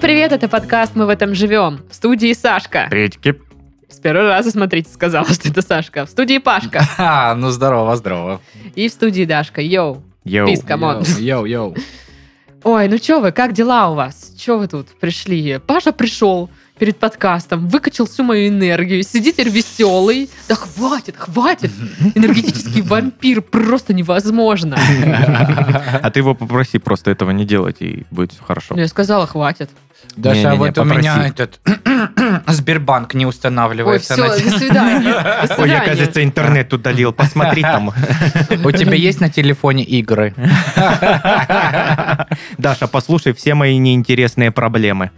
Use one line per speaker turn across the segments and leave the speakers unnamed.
привет, это подкаст «Мы в этом живем». В студии Сашка.
Приветики.
С первого раза, смотрите, сказала, что это Сашка. В студии Пашка.
А, ну здорово, здорово.
И в студии Дашка. Йоу.
Йоу.
Писка. Камон.
Йоу, йоу.
Ой, ну чё вы, как дела у вас? Чё вы тут пришли? Паша пришел перед подкастом, выкачал всю мою энергию, сидит теперь веселый. Да хватит, хватит. Энергетический вампир просто невозможно.
А ты его попроси просто этого не делать, и будет все хорошо.
Ну, я сказала, хватит.
Даша,
Не-не-не,
вот у
попроси.
меня этот Сбербанк не
Ой,
устанавливается.
все,
на
до
те-
свидания. До
Ой, я,
свидания.
кажется, интернет удалил. Посмотри там.
У тебя есть на телефоне игры?
Даша, послушай все мои неинтересные проблемы.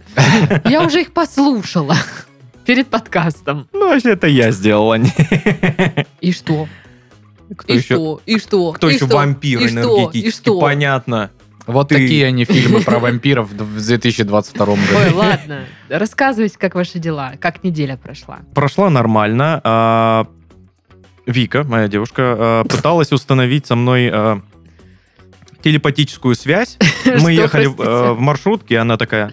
Я уже их послушала перед подкастом.
Ну, вообще, это я сделал, а не...
И что?
Кто
и
еще-
что? И что?
Кто
и
еще
что?
вампир
и что? И
энергетический?
что?
Понятно.
Вот
Ты.
такие они фильмы про вампиров в 2022
Ой,
году.
ладно. Рассказывайте, как ваши дела, как неделя прошла.
Прошла нормально. а, Вика, моя девушка, а, пыталась установить со мной а, телепатическую связь. Мы
Что,
ехали
простите?
э, в маршрутке, и она такая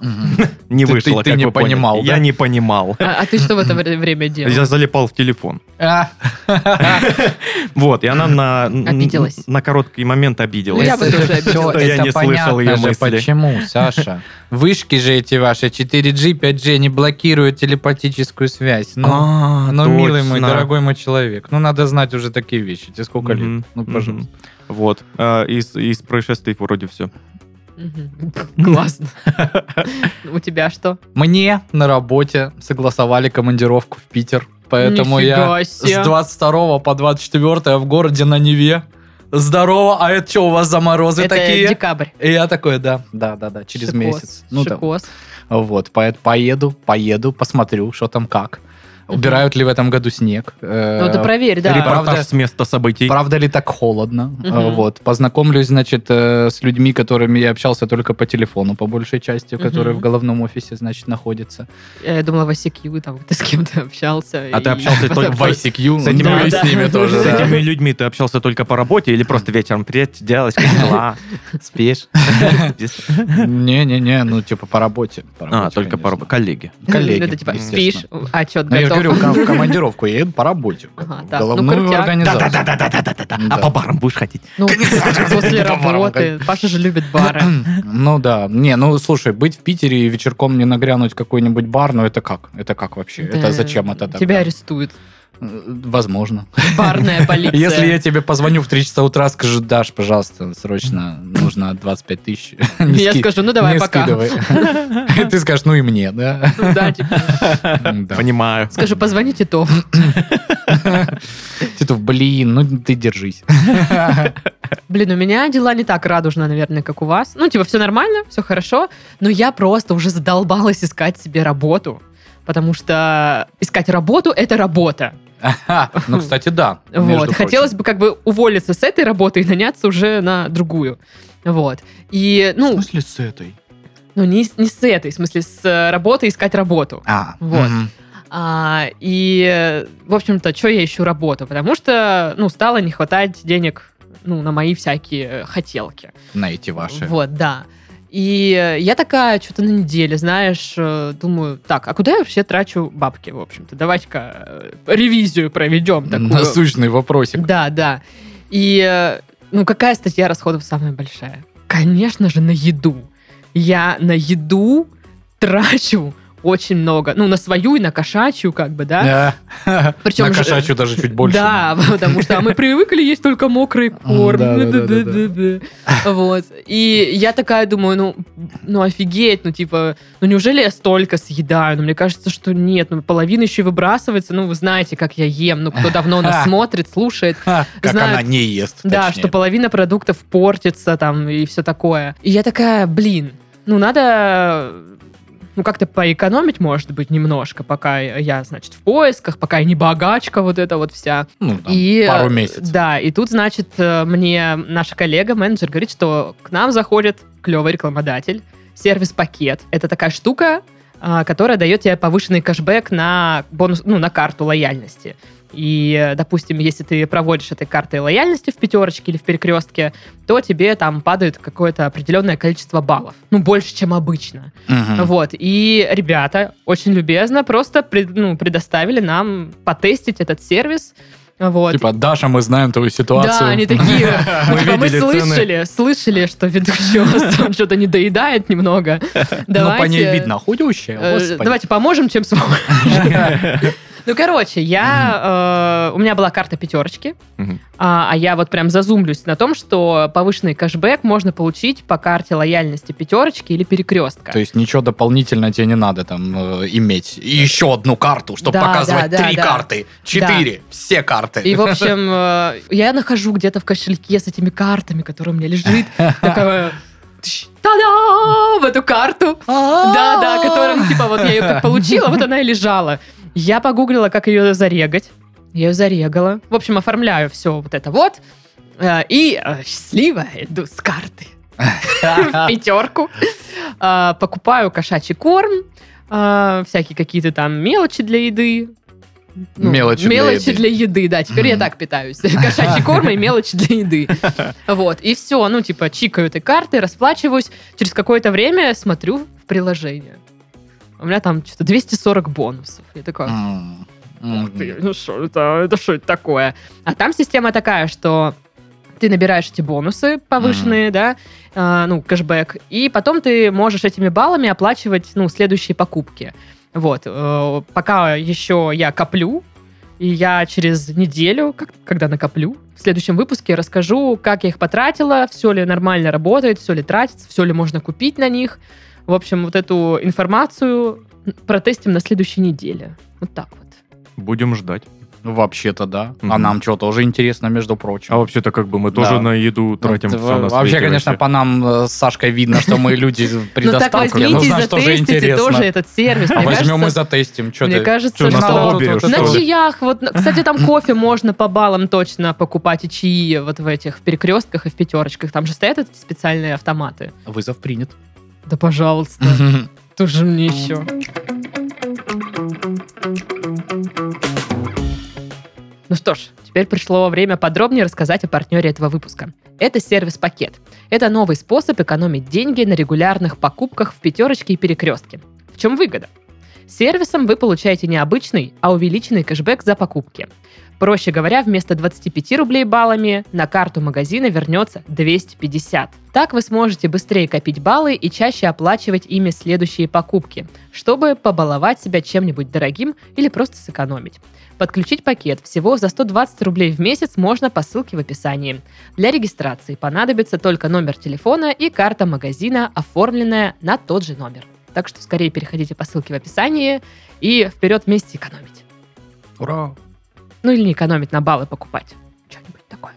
Мгм.
не
Ты- ты-
вышла,
ты
как
не
вы поняли.
понимал, да?
Я не понимал.
А, а ты что в это вре- время делал?
Я залипал в телефон.
А,
Вот, и она на,
Обиделась.
на короткий момент
Ну,
обиделась.
я бы тоже
это
обиделась.
всё,
Что я
это
не слышал
понятно
её
же,
мысли.
Почему, Саша? Вышки же эти ваши 4G, 5G не блокируют телепатическую связь. Ну,
А,
ну, милый мой,
точно.
дорогой мой человек, ну надо знать уже такие вещи. Тебе сколько лет?
Мгм,
Ну,
мгм.
пожалуйста.
Вот, э, из, из происшествий вроде все.
Мгм. Классно. У тебя что?
Мне на работе согласовали командировку в Питер, поэтому я
Нифига себе.
с 22 по 24 в городе на Неве. Здорово, а это что у вас за морозы
Это
такие?
декабрь.
И я такой, да, да, да, да, через
Шикос,
месяц. Ну да,
шикос.
вот, поэт- поеду, поеду, посмотрю, что там как.
Мгм.
Убирают ли в этом году снег?
Ну ты
Э,
проверь, да.
репорт-
Репортаж
Правда-
с места событий.
Правда ли так холодно?
Мгм.
Э, Вот. Познакомлюсь, значит, э, с людьми, которыми я общался только по телефону, по большей части,
Мгм.
которые в головном офисе, значит, находятся.
Я думала, в ICQ, там ты с кем-то общался.
А ты
и-
общался только
В ICQ,
С этими
ну и
да.
с ними тоже.
С
да.
этими людьми ты общался только по работе или просто вечером привет, делать, как дела?
Спишь? Не-не-не, ну типа по работе. по
А,
работе,
только по
конечно.
работе. Коллеги.
Коллеги,
Это типа спишь,
естественно.
отчет
Ну, я же
готов.
говорю, ко- в командировку я еду по работе. как
Ага,
бы, в
так, ну,
Головную
крутяк.
организацию.
Да-да-да-да-да-да-да.
Да.
А по барам будешь ходить?
Ну, после
по барам
работы. Паша же любит бары.
Ну да. Не, ну слушай, быть в Питере и вечерком не нагрянуть в какой-нибудь бар, ну это как? Это как вообще?
Да.
Это зачем это тогда?
Тебя арестуют.
Э, Возможно.
Барная полиция.
Если я тебе позвоню в 3 часа утра, скажу, Даш, пожалуйста, срочно нужно 25 тысяч. Не
Я
ски-
скажу, ну давай
не
пока.
скидывай. Ты скажешь, ну и мне, да?
Ну да, типа,
Да.
Понимаю.
Скажу, позвоните то.
Титов, блин, ну ты держись.
Блин, у меня дела не так радужно, наверное, как у вас. Ну, типа, все нормально, все хорошо, но я просто уже задолбалась искать себе работу. Потому что искать работу – это работа.
Ага. Ну, кстати, да. между
вот.
прочим.
Хотелось бы как бы уволиться с этой работы и наняться уже на другую. Вот. И,
В
ну,
смысле с этой?
ну не, с- не с этой, в смысле, с э, работы искать работу.
А,
Вот.
мгм.
А, и, э, в общем-то, что я ищу работу? Потому что, ну, стало не хватать денег, ну, на мои всякие э, хотелки.
На эти ваши.
Вот, да. И э, я такая что-то на неделе, знаешь, э, думаю, так, а куда я вообще трачу бабки, в общем-то? Давайте-ка э, ревизию проведем такую.
Насущный вопросик.
Да, да. И, э, ну, какая статья расходов самая большая? Конечно же, на еду. Я на еду трачу очень много. Ну, на свою и на кошачью, как бы, да?
Да.
Причем
На
же-
кошачью даже чуть больше.
Да, потому что а мы привыкли есть только мокрый корм.
да, да, да, да,
Да-да-да-да-да. Вот. И я такая думаю, ну, ну офигеть, ну типа, ну неужели я столько съедаю? Ну мне кажется, что нет, ну половина еще и выбрасывается. Ну вы знаете, как я ем, ну кто давно нас смотрит, слушает,
Ха, Как
Знаю.
она не ест.
да,
точнее.
что половина продуктов портится там и все такое. И я такая, блин, ну надо ну, как-то поэкономить, может быть, немножко, пока я, значит, в поисках, пока я не богачка вот эта вот вся.
Ну, там,
И,
пару
э,
месяцев.
Да, и тут, значит, э, мне наша коллега, менеджер, говорит, что к нам заходит клевый рекламодатель, сервис-пакет. Это такая э, штука, а, которая дает тебе повышенный кэшбэк на бонус, ну, на карту лояльности. И, допустим, если ты проводишь этой картой лояльности в пятерочке или в перекрестке, то тебе там падает какое-то определенное количество баллов. Ну, больше, чем обычно.
Мгм.
Вот. И ребята очень любезно просто пред- ну, предоставили нам потестить этот сервис. Вот.
Типа, Даша, мы знаем твою
Да,
ситуацию.
они такие.
Мы
типа, Мы
видели
слышали, слышали, что ведущий у вас там что-то не доедает немного.
Ну, по ней
Давайте,
видно, худющая,
э,
господи.
Давайте поможем, чем сможем. Ну, короче, я... э, У меня была карта пятерочки,
Мгм.
а а я вот прям зазумлюсь на том, что повышенный кэшбэк можно получить по карте лояльности пятерочки или перекрестка.
То есть ничего дополнительно тебе не надо там э, иметь. И еще одну карту, чтобы
Да,
показывать
да, да,
три
да.
карты, четыре, все карты.
И, в общем, э, я нахожу где-то в кошельке с этими картами, которые у меня лежит, такая... тш, Та-дам! В эту карту. Да, да, которая, ну, типа, вот я ее как получила, вот она и лежала. Я погуглила, как ее зарегать. Я ее зарегала. В общем, оформляю все вот это вот. Э, И э, счастливо иду с карты в пятерку. А, Покупаю кошачий корм, а, всякие какие-то там мелочи для еды. Ну,
Мелочи для
мелочи
еды.
для еды, да. Теперь я
Мгм.
так питаюсь. Кошачий корм и мелочи для еды. Вот. И все, ну, типа, чикаю этой карты, расплачиваюсь. Через какое-то время смотрю в приложение. У меня там что-то 240 бонусов. Я такая,
М,
Ух
м.
ты, ну что это, это что это такое? А там система такая, что ты набираешь эти бонусы повышенные, да, а, ну, кэшбэк, и потом ты можешь этими баллами оплачивать, ну, следующие покупки. Вот, э, пока еще я коплю, и я через неделю, как- когда накоплю, в следующем выпуске расскажу, как я их потратила, все ли нормально работает, все ли тратится, все ли можно купить на них. В общем, вот эту информацию протестим на следующей неделе. Вот так вот.
Будем ждать.
Ну, Вообще-то да. А
Мгм.
нам что, тоже интересно, между прочим.
А вообще-то как бы мы
Да.
тоже на еду тратим
Ну,
все на
Вообще,
свете
конечно, по нам э, с Сашкой видно, что мы люди
Ну так
предоставки.
возьмите и затестите тоже этот сервис.
А
Мне
возьмем и
кажется,
затестим. Что
мне
ты?
кажется,
Чё, на
что-
слабо берешь,
на
что ли?
чаях, вот, на- кстати, там кофе можно по баллам точно покупать и чаи вот в этих перекрестках и в пятерочках. Там же стоят эти специальные автоматы.
Вызов принят.
Да пожалуйста, тоже мне еще. Ну что ж, теперь пришло время подробнее рассказать о партнере этого выпуска. Это сервис-пакет. Это новый способ экономить деньги на регулярных покупках в пятерочке и перекрестке. В чем выгода? С Сервисом вы получаете не обычный, а увеличенный кэшбэк за покупки. Проще говоря, вместо 25 рублей баллами на карту магазина вернется 250. Так вы сможете быстрее копить баллы и чаще оплачивать ими следующие покупки, чтобы побаловать себя чем-нибудь дорогим или просто сэкономить. Подключить пакет всего за 120 рублей в месяц можно по ссылке в описании. Для регистрации понадобится только номер телефона и карта магазина, оформленная на тот же номер. Так что скорее переходите по ссылке в описании и вперед вместе экономить.
Ура.
Ну или не экономить на баллы покупать. Что-нибудь такое.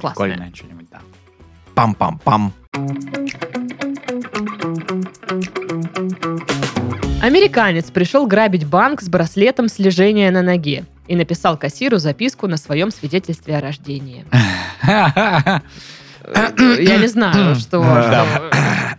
Классное.
Прикольное что-нибудь, да.
Пам-пам-пам.
Американец пришел грабить банк с браслетом слежения на ноге и написал кассиру записку на своем свидетельстве о рождении. Э, Я не знаю, что... что-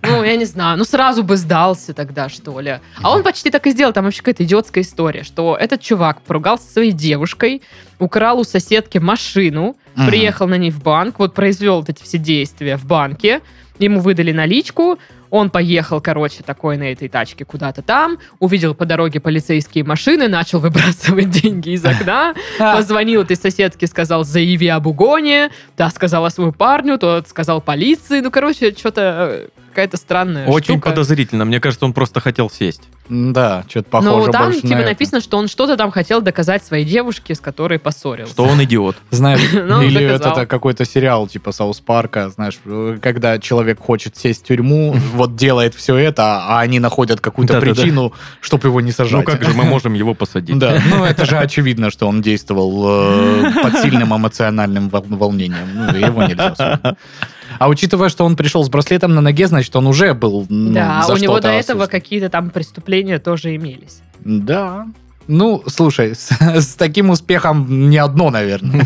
Ну, я не знаю. Ну, сразу бы сдался тогда, что ли. А он почти так и сделал. Там вообще какая-то идиотская история, что этот чувак поругался со своей девушкой, украл у соседки машину,
Мгм.
приехал на ней в банк, вот произвел вот эти все действия в банке, ему выдали наличку, он поехал, короче, такой на этой тачке куда-то там, увидел по дороге полицейские машины, начал выбрасывать деньги из окна, позвонил этой соседке, сказал, заяви об угоне, та сказала своему парню, тот сказал полиции, ну, короче, что-то какая-то странная
Очень
штука.
подозрительно. Мне кажется, он просто хотел сесть.
Да, что-то
Но
похоже
там
больше
типа
на это.
написано, что он что-то там хотел доказать своей девушке, с которой поссорился.
Что он идиот.
Знаешь,
Ну,
или
доказал.
это так- какой-то сериал типа Саус Парка, знаешь, э, когда человек хочет сесть в тюрьму, вот делает все это, а они находят какую-то
Да-да-да.
причину, чтобы его не
Ну
сажать.
как же мы можем его посадить?
Да, ну это же очевидно, что он действовал э, под сильным эмоциональным вол- волнением. Ну, его нельзя судить. А учитывая, что он пришел с браслетом на ноге, значит, он уже был ну,
Да, а
за
у него
что-то
до этого
осужден.
какие-то там преступления тоже имелись.
Да. Ну, слушай, с, с таким успехом не одно, наверное.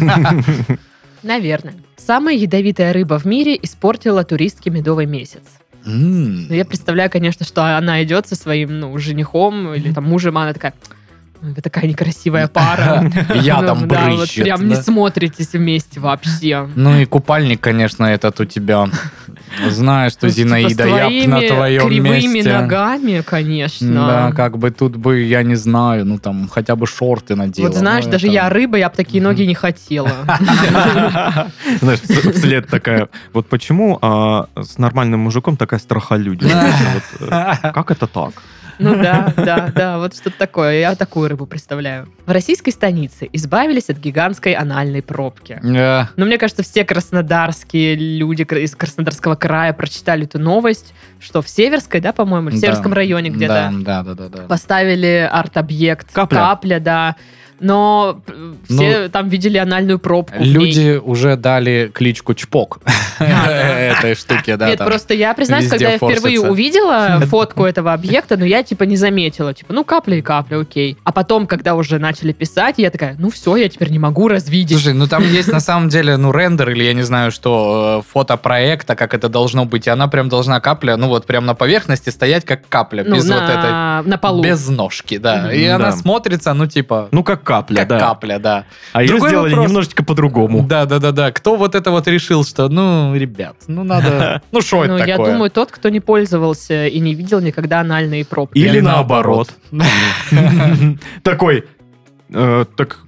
Наверное. Самая ядовитая рыба в мире испортила туристке медовый месяц.
М.
Ну, я представляю, конечно, что она идет со своим, ну, женихом или там мужем, а она такая, Вы такая некрасивая пара.
Я
Ну,
там
да, вот
брызжет.
Прям не
да.
смотритесь вместе вообще.
Ну и купальник, конечно, этот у тебя. Знаю, что
Типа,
Зинаида,
с
я б на
твоими
твоем
кривыми
месте.
ногами, конечно.
Да, как бы тут бы, я не знаю, ну там хотя бы шорты надела.
Вот знаешь,
Ну,
даже
это-
я рыба, я бы такие ноги не хотела.
Знаешь, вс- вслед такая. Вот почему а, с нормальным мужиком такая страхолюдина? Вот, э, Как это так?
Ну да, да, да, вот что-то такое. Я такую рыбу представляю. В российской станице избавились от гигантской анальной пробки.
Э,
Но мне кажется, все краснодарские люди кра- из Краснодарского края прочитали эту новость, что в Северской, да, по-моему, или в
да.
Северском районе где-то
Да, да, да, да. да.
поставили арт-объект.
Капля.
да. Но э, все там видели анальную пробку. в ней.
Ну, Люди уже дали кличку Чпок этой штуке, да.
Нет,
там.
просто я признаюсь,
везде
когда я впервые
форсится.
увидела фотку этого объекта, но я типа не заметила. Типа, ну капля и капля, окей. А потом, когда уже начали писать, я такая, ну все, я теперь не могу развидеть.
Слушай, ну там есть на самом деле, ну, рендер или я не знаю что, э, фотопроекта, как это должно быть, и она прям должна капля, ну вот прям на поверхности стоять как капля,
Ну,
без вот этой
на, на полу.
Без ножки, да.
Мгм.
И
Да.
она смотрится, ну, типа,
Ну, как капля,
как
да.
капля, да.
А ее
Другой
сделали
вопрос.
немножечко по-другому.
Да, да, да, да. Кто вот это вот решил, что, ну, ребят, ну, надо... Ну, что это
Ну,
такое?
я думаю, тот, кто не пользовался и не видел никогда анальные пробки. Ну,
Или
Или
наоборот. Такой, э, так,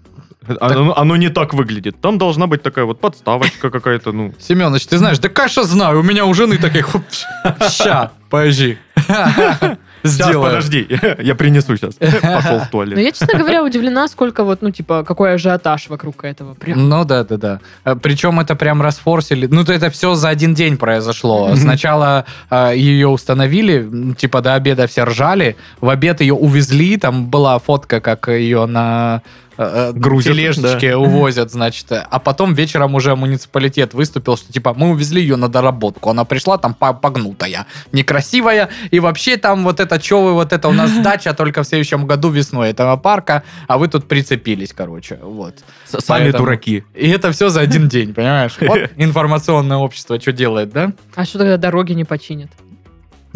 оно оно не так выглядит. Там должна быть такая вот подставочка какая-то, ну.
Семенович, ты знаешь, да конечно знаю, у меня у жены таких... Ща, подожди.
Сейчас,
Сделаю.
подожди, я принесу сейчас. Пошел в
Но
Ну,
туалет.
я, честно говоря, удивлена, сколько вот, ну, типа, какой ажиотаж вокруг этого. Прям.
Ну да, да, да. А, Причем это прям расфорсили. Ну, то это все за один день произошло. Сначала а, ее установили, м, типа до обеда все ржали. В обед ее увезли, там была фотка, как ее на э, э,
Грузят,
тележечке увозят, значит. А потом вечером уже муниципалитет выступил, что типа мы увезли ее на доработку. Она пришла там по- погнутая, некрасивая. И вообще там вот это, что вы, вот это у нас дача только в следующем году весной этого парка, а вы тут прицепились, короче. Вот.
С- Сами
поэтому-
дураки.
И это все за один день, понимаешь? Вот информационное общество что делает, да?
А что тогда дороги не починят?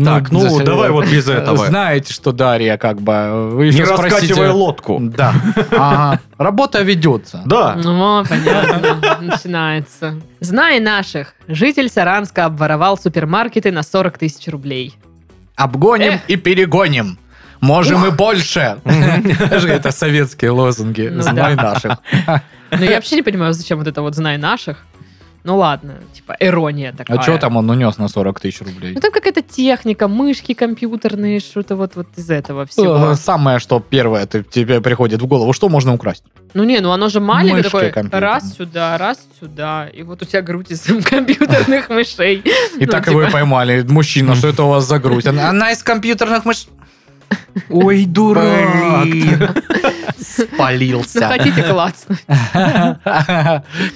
Так, ну
за-
давай вот без этого.
Э, Знаете, что Дарья как бы... Вы
Не
ещё спросите-
раскачивай лодку.
Да. Ага. Работа ведется.
Да.
Ну, понятно, начинается. Зная наших, житель Саранска обворовал супермаркеты на 40 тысяч рублей.
Обгоним
Эх.
и перегоним. Можем и больше. Даже Это советские лозунги.
Ну
Знай наших.
Но Ну, я вообще не понимаю, зачем вот это вот «знай наших». Ну ладно, типа ирония такая.
А что там он унес на 40 тысяч рублей?
Ну там какая-то техника, мышки компьютерные, что-то вот, вот из этого всего.
Э, Самое, что первое ты- тебе приходит в голову, что можно украсть?
Ну не, ну оно же маленькое,
Мышки
такое
компьютерные.
раз сюда, раз сюда, и вот у тебя грудь из компьютерных мышей.
И
Ну,
так
типа-
его и поймали. Мужчина, что это у вас за грудь? Она она из компьютерных мышц.
Ой,
Блин.
Ну
Спалился.
хотите классно.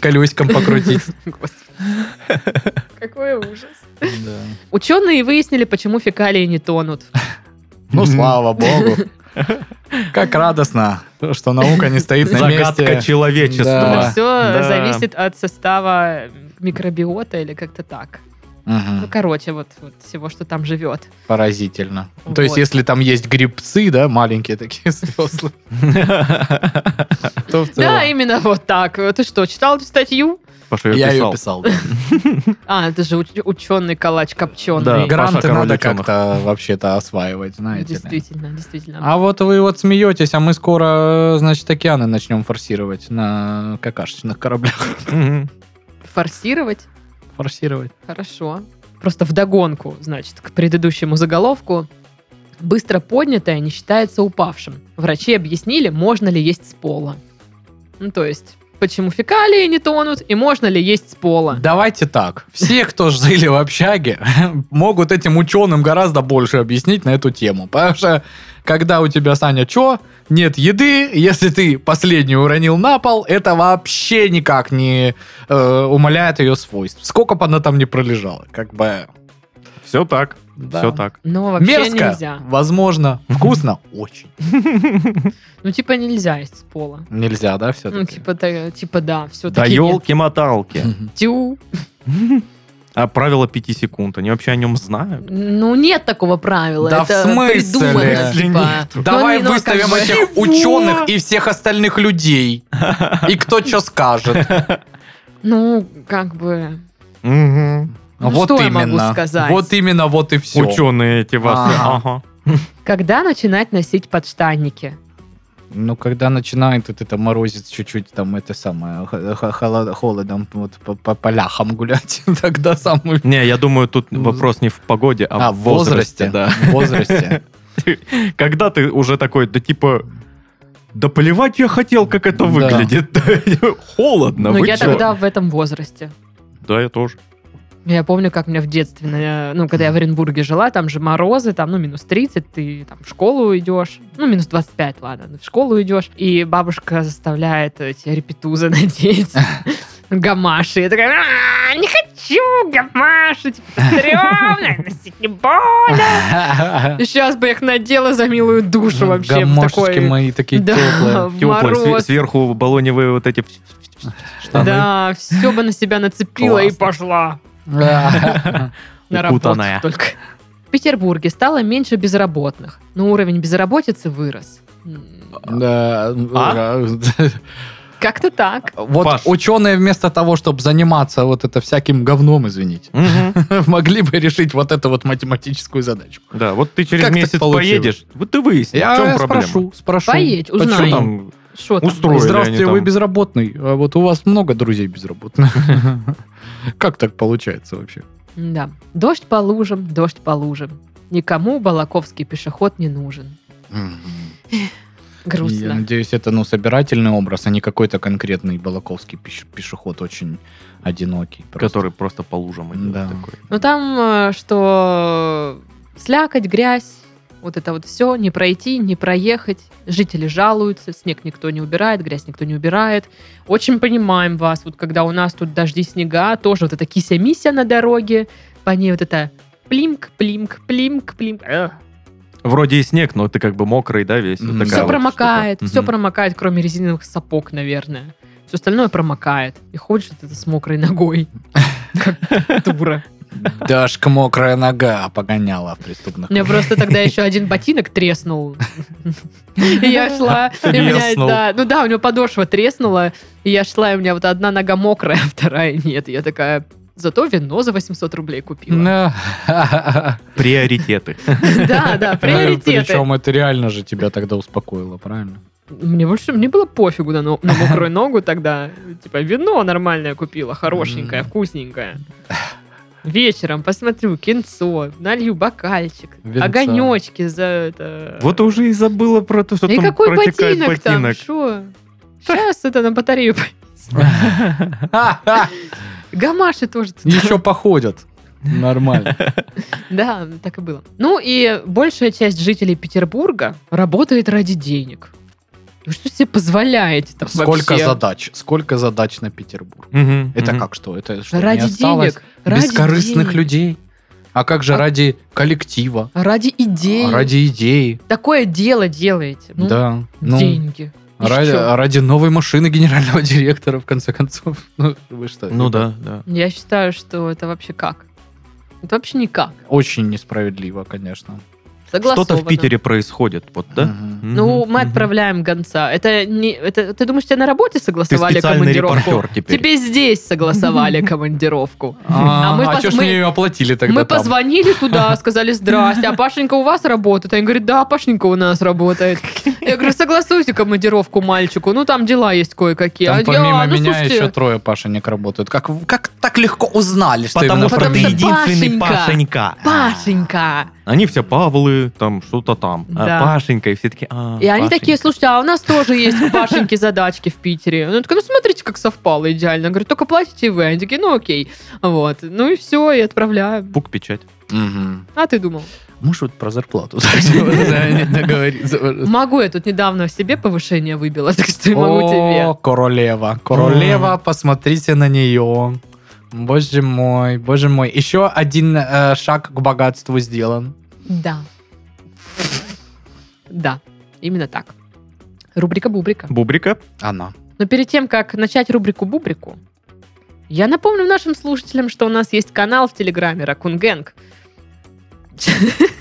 Колесиком покрутить.
Господи. Какой ужас. Ученые выяснили, почему фекалии не тонут.
Ну, слава богу. Как радостно, что наука не стоит на
Загадка
месте.
Это
человечества.
Да.
все
да.
зависит от состава микробиота или как-то так. Ну,
Мгм.
короче, вот, вот всего, что там живет.
Поразительно. То есть,
Вот.
если там есть грибцы, да, маленькие такие взрослые, то
Да,
в целом...
именно вот так. Ты что, читал эту статью?
Паша её
Я ее
писал.
писал. да.
А, это же ученый калач
Да,
копченый.
Гранты
Паша, король
надо
ученых.
как-то вообще-то осваивать, знаете ли.
Действительно, действительно.
А вот вы вот смеетесь, а мы скоро, э, значит, океаны начнем форсировать на какашечных кораблях.
Мгм.
Форсировать?
Форсировать.
Хорошо. Просто вдогонку, значит, к предыдущему заголовку. Быстро поднятое не считается упавшим. Врачи объяснили, можно ли есть с пола. Ну, то есть, почему фекалии не тонут и можно ли есть с пола.
Давайте так. Все, кто жили в общаге, могут этим ученым гораздо больше объяснить на эту тему. Потому что, когда у тебя, Саня, чё? Нет еды, если ты последнюю уронил на пол, это вообще никак не э, умаляет ее свойств. Сколько бы она там не пролежала, как бы...
Все так,
да.
все так.
Ну, вообще
Мерзко,
нельзя.
возможно. Вкусно? Очень.
Ну, типа, нельзя есть с пола.
Нельзя, да, все
типа, Ну, типа, да, типа, да, все-таки
Да елки-моталки.
Тю.
А правило 5 секунд, они вообще о нем знают?
Ну, нет такого правила.
Да
это
в смысле?
придумано,
Если
типа. Ну,
Давай
не, ну, а как
выставим
же?
этих ученых и всех остальных людей. И кто что скажет.
Ну, как бы...
Мгм.
Ну,
вот
что я
именно.
могу сказать?
Вот именно, вот и все.
Ученые эти ваши.
Ага.
Ага.
Когда начинать носить подштанники?
Ну, когда начинает вот это морозец чуть-чуть там это самое, х- х- холо- холодом вот по, по поляхам гулять, тогда самый...
Не, я думаю, тут
Ну,
вопрос не в погоде, а, в возрасте. да.
В возрасте.
Когда ты уже такой, да типа, да плевать я хотел, как это
Да.
выглядит. Холодно,
ну,
вы
я
чё?
тогда в этом возрасте.
Да, я тоже.
Я помню, как мне в детстве, на- ну, когда я в Оренбурге жила, там же морозы, там, ну, минус 30, ты там в школу идешь, ну, минус 25, ладно, ну, в школу идешь, и бабушка заставляет эти репетузы надеть, гамаши. Я такая, «А, не хочу гамаши, типа, стрёмно, носить не буду. Сейчас бы я их надела за милую душу вообще. в
Гамошечки
такой-
Ну, мои такие
Да,
теплые.
в
Теплые, све-
мороз.
сверху баллоневые вот эти...
штаны.
Да, все бы на себя нацепила и
Классно.
пошла.
Да.
на работу
Укутанная.
только. В Петербурге стало меньше безработных, но уровень безработицы вырос. М,
А?
Как-то так.
Вот
Паш.
ученые вместо того, чтобы заниматься вот это всяким говном, извините,
Мгм.
могли бы решить вот эту вот математическую задачу.
Да, вот ты через
Как так
месяц
получилось?
поедешь, вот ты выяснишь, в чем
Я
проблема.
спрошу, спрошу.
Поедь,
Почему
узнай.
там
Там,
Что там?
Устроили
было?
Здравствуйте,
они там?
вы безработный. А вот у вас много друзей безработных. Как так получается вообще?
Да. Дождь по лужам, дождь по лужам. Никому балаковский пешеход не нужен.
Я
Грустно.
надеюсь, это ну собирательный образ, а не какой-то конкретный балаковский пеш- пешеход очень одинокий. просто.
который просто по лужам идет.
Да.
такой.
Ну там, э, что слякоть, грязь, вот это вот все, не пройти, не проехать. Жители жалуются, снег никто не убирает, грязь никто не убирает. Очень понимаем вас, вот когда у нас тут дожди, снега, тоже вот эта кися-мися на дороге, по ней вот это плимк, плимк, плимк, плимк.
Вроде и снег, но ты как бы мокрый, да, весь.
Мгм.
Э, Вот такая
Все
вот
промокает,
штука.
все
Мгм.
промокает, кроме резиновых сапог, наверное. Все остальное промокает. И ходишь вот это с мокрой ногой. Как дура.
Дашка мокрая нога погоняла в
У
преступных.
меня просто тогда еще один ботинок треснул. И я шла, и у меня,
Треснул.
да, ну да, у него подошва треснула, и я шла, и у меня вот одна нога мокрая, а вторая нет. И Я такая, зато вино за 800 рублей купила.
Да.
Приоритеты.
Да, да, приоритеты.
Причем это реально же тебя тогда успокоило, правильно?
Мне больше, мне было пофигу на, но- на мокрую ногу тогда. Типа, вино нормальное купила, хорошенькое,
М.
вкусненькое. Вечером посмотрю кинцо, налью бокальчик,
Винца.
огонечки за это...
Вот уже и забыла про то, что
и
там
какой
протекает
ботинок, там? Что? Сейчас это на батарею повесить. Гамаши тоже тут.
Еще походят. Нормально.
Да, так и было. Ну и большая часть жителей Петербурга работает ради денег. Вы что себе позволяете там
Сколько
вообще?
задач? Сколько задач на Петербург?
Мгм,
Это
мгм.
как что? Это что, не
Ради
осталось
денег. ради
Бескорыстных
денег,
людей. А как же
А-
ради коллектива? А
Ради идей.
Ради идеи.
Такое дело делаете. Ну,
да. Ну,
деньги. И
ради,
чё?
ради новой машины генерального директора, в конце концов. Ну, вы что?
Ну да, да.
Я считаю, что это вообще как? Это вообще никак.
Очень несправедливо, конечно.
Согласовано.
Что-то в Питере происходит, вот, да?
Мгм.
Мгм,
Ну, мы
мгм.
отправляем гонца. Это не... Это, ты думаешь, тебя на работе
Ты
согласовали
специальный
командировку?
репортер теперь.
Тебе здесь согласовали командировку.
А,
А мы пос-
что ж
мы-
мне ее оплатили тогда
Мы
там?
позвонили туда, сказали, здрасте, а Пашенька у вас работает? Они говорят, да, Пашенька у нас работает. Я говорю, согласуйте командировку мальчику, ну там дела есть кое-какие.
Там
А я,
помимо
ну,
меня
слушайте,
еще трое Пашенек работают. Как, как так легко узнали, что
Потому
именно
что
про
Потому
ты
что
меня?
единственный
Пашенька.
Пашенька.
Пашенька.
Они все Павлы, там что-то там. а
Да.
Пашенька, и все такие, а,
И они
Пашенька.
такие, слушайте, а у нас тоже есть у Пашеньки задачки в Питере. Ну, я такая, ну, смотрите, как совпало идеально. Говорю, только платите вы. Они такие, ну, окей. Вот. Ну, и все, и отправляю.
Пук печать.
Мгм.
А ты думал?
Можешь вот про зарплату договориться?
Могу, я тут недавно себе повышение выбила, так что и могу
О,
тебе.
королева. Королева, посмотрите на нее. Боже мой, боже мой. Еще один э, шаг к богатству сделан.
Да. Да, именно так. Рубрика-бубрика.
Бубрика.
Она.
Но перед тем, как начать рубрику-бубрику, Я напомню нашим слушателям, что у нас есть канал в Телеграме Ракунгэнг.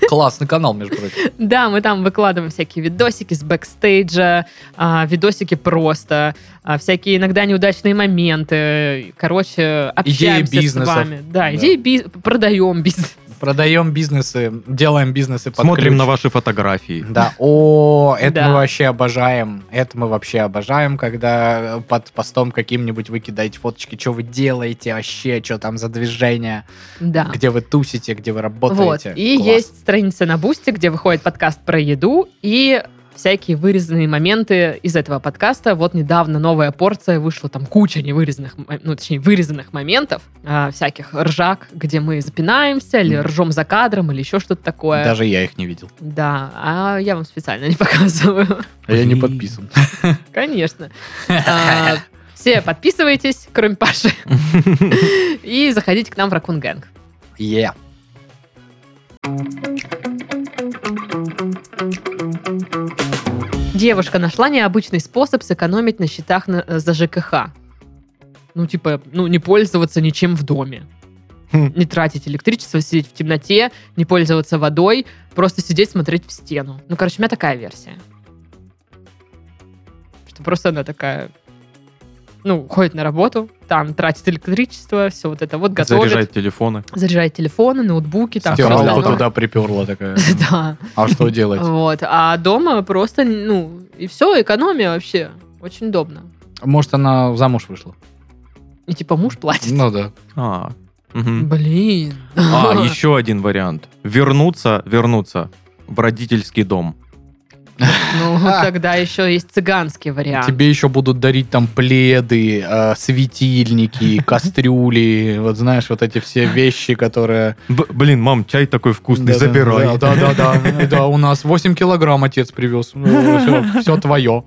Классный канал, между прочим.
Да, мы там выкладываем всякие видосики с бэкстейджа, а, видосики просто, а, всякие иногда неудачные моменты. Короче, общаемся с
бизнесов.
вами. Да,
Да.
идеи биз- продаем бизнес.
Продаем бизнесы, делаем бизнесы под
Смотрим
ключ.
на ваши фотографии.
Да, о, это
Да.
мы вообще обожаем. Это мы вообще обожаем, когда э, под постом каким-нибудь вы кидаете фоточки, что вы делаете вообще, что там за движение,
Да.
где вы тусите, где вы
А. Вот.
работаете.
И
Класс.
есть страница на Бусте, где выходит подкаст про еду и всякие вырезанные моменты из этого подкаста. Вот недавно новая порция вышла, там куча невырезанных, мо- ну, точнее, вырезанных моментов, а, всяких ржак, где мы запинаемся или
Мгм.
ржем за кадром или еще что-то такое.
Даже я их не видел.
Да, а я вам специально не показываю.
А Я не
Блин.
подписан.
Конечно. А, Все подписывайтесь, кроме Паши. И заходите к нам в Ракун Гэнг.
Е.
Девушка нашла необычный способ сэкономить на счетах на- э, за ЖКХ. Ну, типа, ну, не пользоваться ничем в доме.
Хм.
Не тратить электричество, сидеть в темноте, не пользоваться водой, просто сидеть, смотреть в стену. Ну, короче, у меня такая версия. Что просто она такая, ну, ходит на работу, там тратит электричество, все вот это вот готовит.
Заряжать телефоны.
Заряжает телефоны, ноутбуки, там. всё
Стиралку
остальное.
туда приперла такая.
Да.
А что делать?
Вот. А дома просто, ну, и все, экономия вообще. Очень удобно.
Может, она замуж вышла?
И типа муж платит.
Ну да.
А, мгм.
Блин.
А, еще один вариант. Вернуться, вернуться в родительский дом.
Ну, тогда еще есть цыганский вариант.
Тебе еще будут дарить там пледы, э, светильники, кастрюли, вот знаешь, вот эти все вещи, которые...
Б- блин, мам, чай такой вкусный,
Да-да,
забирай.
Да, да, да, да, у нас 8 килограмм отец привез, Ну, все твое.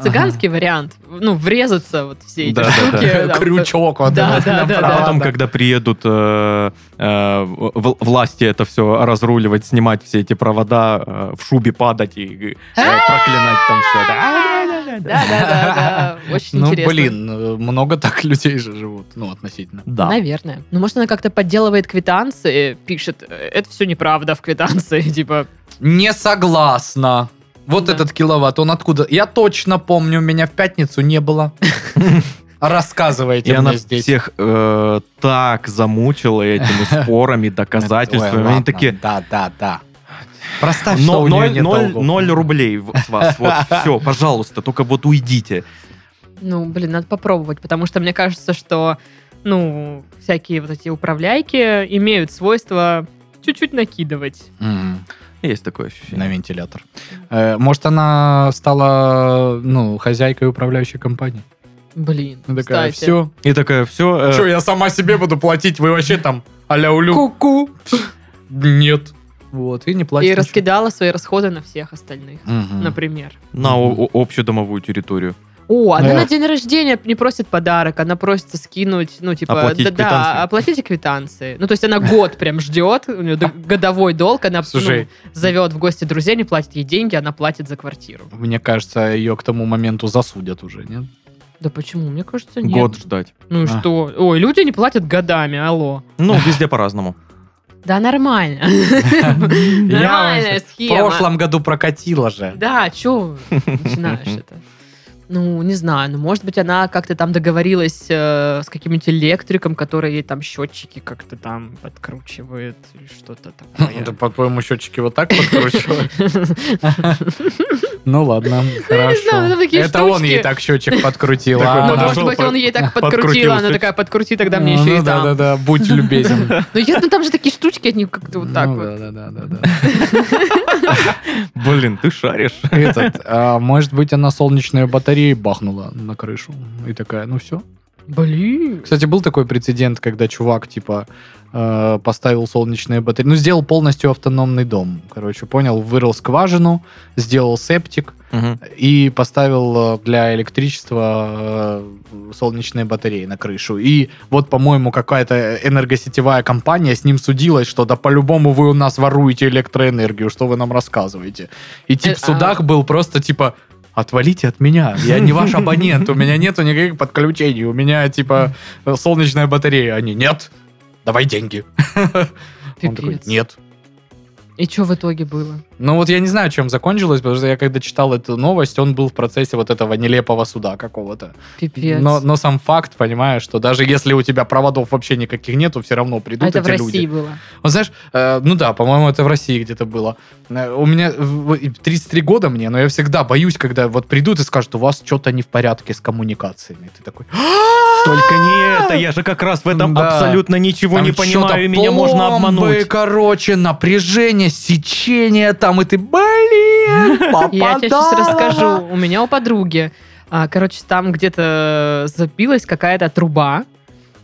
Цыганский вариант. Ну, врезаться вот все эти
Да, да,
штуки.
да.
там,
Крючок вот
Да,
этот
да, да,
А
направо.
да.
потом, когда приедут э, э, в- власти это все разруливать, снимать все эти провода, э, в шубе падать и э, проклинать там все.
Да, да, да, да. Очень
Ну,
интересно.
блин, э, много так людей же живут, ну, относительно.
Да.
Наверное. Ну, может, она как-то подделывает квитанции, пишет, э, это все неправда в квитанции, типа.
Не согласна. Вот
Да.
этот киловатт, он откуда? Я точно помню, у меня в пятницу не было.
И
Рассказывайте
она
мне здесь.
всех э, так замучила этими спорами,
Ой,
доказательствами. Они
ладно,
такие,
Да, да, да. Проставь, что
«Но-
у нее
ноль
нет
ноль-
долгов.
ноль рублей в- с вас. Вот все, пожалуйста, только вот уйдите.
Ну, блин, надо попробовать, потому что мне кажется, что, ну, всякие вот эти управляйки имеют свойство чуть-чуть накидывать.
М,
Есть такое ощущение.
На вентилятор. Э, Может, она стала, ну, хозяйкой управляющей компании?
Блин,
Она такая, э,
кстати.
все.
И Ну, такая, э, все.
Че, я сама себе буду платить? Вы вообще там а-ля улю?
Ку-ку.
Нет. Вот, и не платит.
И раскидала свои расходы на всех остальных,
М-м.
например.
на о- о- общую домовую территорию.
О, она
Да.
на день рождения не просит подарок, она просится скинуть, ну, типа,
Оплатить
да,
квитанции.
да, оплатите квитанции. Ну, то есть она год прям ждет, у нее д- годовой долг, она ну,
Слушай.
зовет в гости друзей, не платит ей деньги, она платит за квартиру.
Мне кажется, ее к тому моменту засудят уже, нет?
Да почему? Мне кажется, нет.
Год ждать.
Ну и
А.
что? Ой, люди не платят годами, алло.
Ну, везде по-разному.
Да нормально.
Я
Нормальная
В
схема.
прошлом году прокатила же.
Да, чё вы начинаешь это? Ну, не знаю, ну, может быть, она как-то там договорилась э, с каким-нибудь электриком, который ей там счетчики как-то там подкручивает или что-то такое.
Да, по-твоему, счетчики вот так подкручивают? Ну ладно,
знаю,
хорошо.
это такие
Это он
штучки.
ей так счетчик подкрутил.
Такой
а
Ну,
она-
может быть, он ей так подкрутил,
подкрутил
она
счётчик.
такая, подкрути тогда мне
Ну
еще и
да, да,
там.
да, будь любезен.
Ну, я- ну, там же такие штучки, они как-то вот так
Ну
вот.
Да, да, да, да.
Блин, ты шаришь.
да. Этот, а, может быть, она солнечные батареи бахнула на крышу. И такая, ну все.
Блин.
Кстати, был такой прецедент, когда чувак, типа, э, поставил солнечные батареи. Ну, сделал полностью автономный дом. Короче, понял, вырыл скважину, сделал септик
Мгм.
и поставил э, для электричества э, солнечные батареи на крышу. И вот, по-моему, какая-то энергосетевая компания с ним судилась, что да по-любому вы у нас воруете электроэнергию, что вы нам рассказываете. И тип
Э,
в судах был просто типа... отвалите от меня, я не ваш абонент, у меня нету никаких подключений, у меня, типа, солнечная батарея. Они, нет, давай деньги. Он такой,
Пипец.
нет.
И что в итоге было?
Ну вот я не знаю, чем закончилось, потому что я когда читал эту новость, он был в процессе вот этого нелепого суда какого-то.
Пипец.
Но, но сам факт, понимаешь, что даже если у тебя проводов вообще никаких нету, все равно
а
придут
это в
эти люди.
России было.
Вот знаешь, э, ну да, по-моему, это в России где-то было. Э, У меня в- в- 33 года мне, но я всегда боюсь, когда вот придут и скажут, у вас что-то не в порядке с коммуникациями. И Ты такой,
Только не это, я же как раз в этом
Да.
абсолютно ничего
«Там
не
чё-то
понимаю, и меня можно
пломбы,
обмануть.
короче, напряжение, сечение там, и ты, блин,
Я тебе сейчас
попадала!»
расскажу. У меня у подруги, а, короче, там где-то забилась какая-то труба.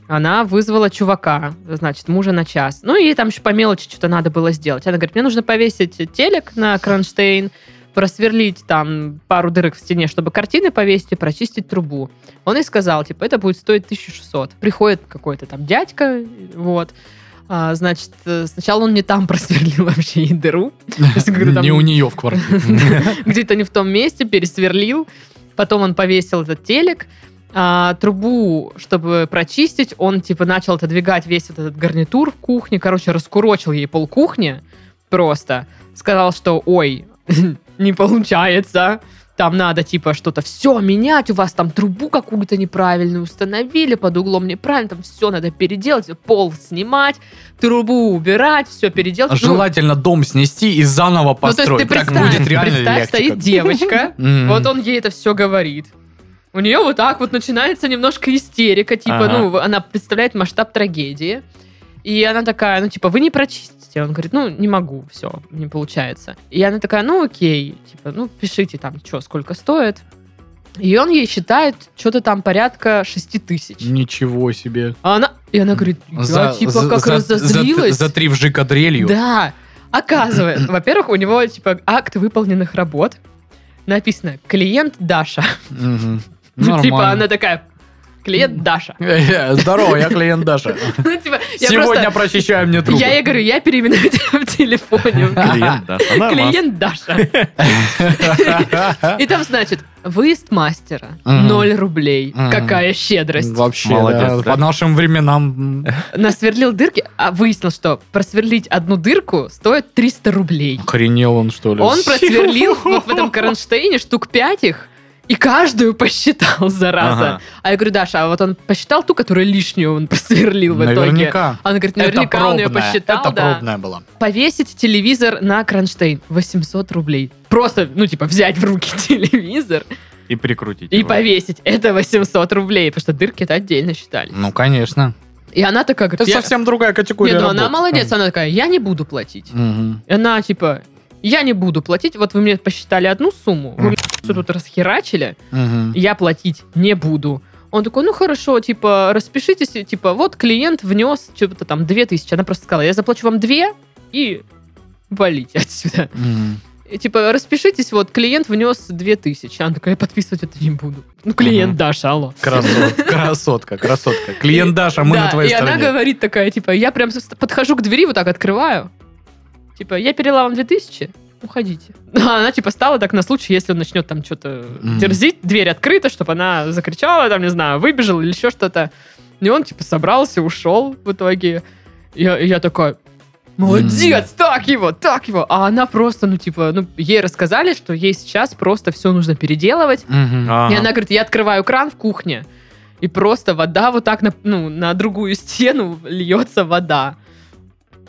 Она вызвала чувака, значит, мужа на час. Ну, и ей там еще по мелочи что-то надо было сделать. Она говорит, мне нужно повесить телек на кронштейн, просверлить там пару дырок в стене, чтобы картины повесить и прочистить трубу. Он ей сказал, типа, это будет стоить 1600. Приходит какой-то там дядька, вот. А, значит, э, сначала он не там просверлил вообще ей дыру. То есть, когда там
Не у нее в квартире.
где-то не в том месте, пересверлил. Потом он повесил этот телек. А, трубу, чтобы прочистить, он типа начал отодвигать весь вот этот гарнитур в кухне. Короче, раскурочил ей полкухни просто. Сказал, что ой, не получается. Там надо типа что-то все менять, у вас там трубу какую-то неправильную установили, под углом неправильно, там все надо переделать, пол снимать, трубу убирать, все переделать. Ну,
Желательно дом снести и заново
ну, то есть ты
построить. Так
представь,
будет реально
представь, стоит
легче.
девочка,
Мгм.
вот он ей это все говорит. У нее вот так вот начинается немножко истерика, типа,
Ага.
ну, она представляет масштаб трагедии. И она такая, ну, типа, вы не прочистите. Он говорит, ну, не могу, все, не получается. И она такая, ну, окей, типа, ну, пишите там, что, сколько стоит. И он ей считает что-то там порядка 6 тысяч.
Ничего себе.
А она, и она говорит, я, типа, как раз разозлилась.
За, три вжика дрелью.
Да. Оказывается, во-первых, у него типа акт выполненных работ. Написано клиент Даша.
Мгм.
Ну, Типа
Нормально.
она такая. Клиент Даша.
Э, Здорово, я клиент Даша.
Ну, типа, я просто...
Сегодня прочищаю мне трубы.
Я ей говорю, я переименую тебя в телефоне.
Клиент, да, она вас.
Клиент Даша. И там, значит, выезд мастера.
Мгм.
0 рублей.
Мгм.
Какая щедрость.
Вообще,
Молодец,
да,
да.
по нашим временам. м,
Насверлил дырки, а выяснил, что просверлить одну дырку стоит 300 рублей.
Охренел он, что ли?
Он просверлил вот в этом кронштейне штук пять их, и каждую посчитал, зараза.
Ага.
А я говорю, Даша, а вот он посчитал ту, которую лишнюю он просверлил в итоге?
Наверняка.
Она говорит,
Это
наверняка он ее
пробная,
посчитал,
Это
да.
пробная была.
Повесить телевизор на кронштейн. 800 рублей. Просто, ну, типа, взять в руки телевизор
И прикрутить
и
Типа.
его.
повесить. Это 800 рублей, потому что дырки это отдельно считали.
Ну, конечно.
И она такая
Это
говорит, я...
совсем другая категория
Не, ну она
работ.
молодец, она такая, я не буду платить.
Мгм.
И Она типа, я не буду платить, вот вы мне посчитали одну сумму, вы мне все тут расхерачили,
Мгм.
я платить не буду. Он такой, ну хорошо, типа, распишитесь, и, типа, вот клиент внес что-то там 2000. Она просто сказала, я заплачу вам 2 и валите отсюда.
Мгм.
И, типа, распишитесь, вот клиент внес 2000. Она такая, я подписывать это не буду. Ну, клиент
Мгм.
Даша, алло.
Красотка, красотка, красотка. Клиент Даша, а мы
Да,
на твоей
и она
стороне.
говорит такая, типа, я прям с- подхожу к двери, вот так открываю. Типа, я перела вам 2000, уходите. А она, типа, стала так на случай, если он начнет там что-то
Мгм.
дерзить, дверь открыта, чтобы она закричала, там, не знаю, выбежала или еще что-то. И он, типа, собрался, ушел в итоге. Я, я такой, молодец, так его, так его. А она просто, ну, типа, ну, ей рассказали, что ей сейчас просто все нужно переделывать,
Мгм. А,
Ага.
и она говорит, я открываю кран в кухне, и просто вода вот так на, ну, на другую стену льется вода.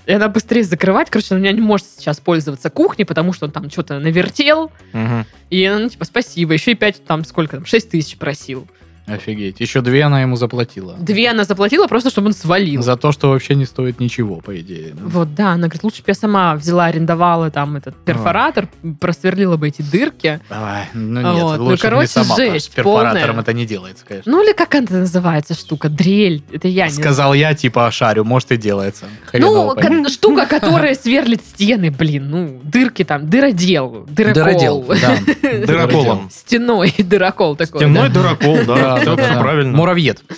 И она быстрее закрывать. Короче, она не может сейчас пользоваться кухней, потому что он там что-то навертел.
Мгм.
И она, ну, типа, спасибо. Еще и пять, там, сколько там, шесть тысяч просил.
Офигеть. Еще две она ему заплатила.
Две она заплатила просто, чтобы он свалил.
За то, что вообще не стоит ничего, по идее. Ну,
Вот, да, она говорит, лучше бы я сама взяла, арендовала там этот перфоратор, просверлила бы эти дырки.
Давай, ну
А
нет,
вот, ну,
лучше бы не
короче,
сама, потому
жесть
что с перфоратором
полная.
это не делается, конечно.
Ну, или как она называется штука? Дрель. Это Ну, я не
Сказал я, типа, шарю, может и делается.
Ну,
Хреново
ка-
пойми.
штука, которая сверлит стены, блин, ну, дырки там, дыродел, дырокол.
Дыродел, да.
Дыроколом.
Стеной дырокол такой.
Стенной дырокол, да,
Да,
все
да, да.
правильно.
Муравьед.
да.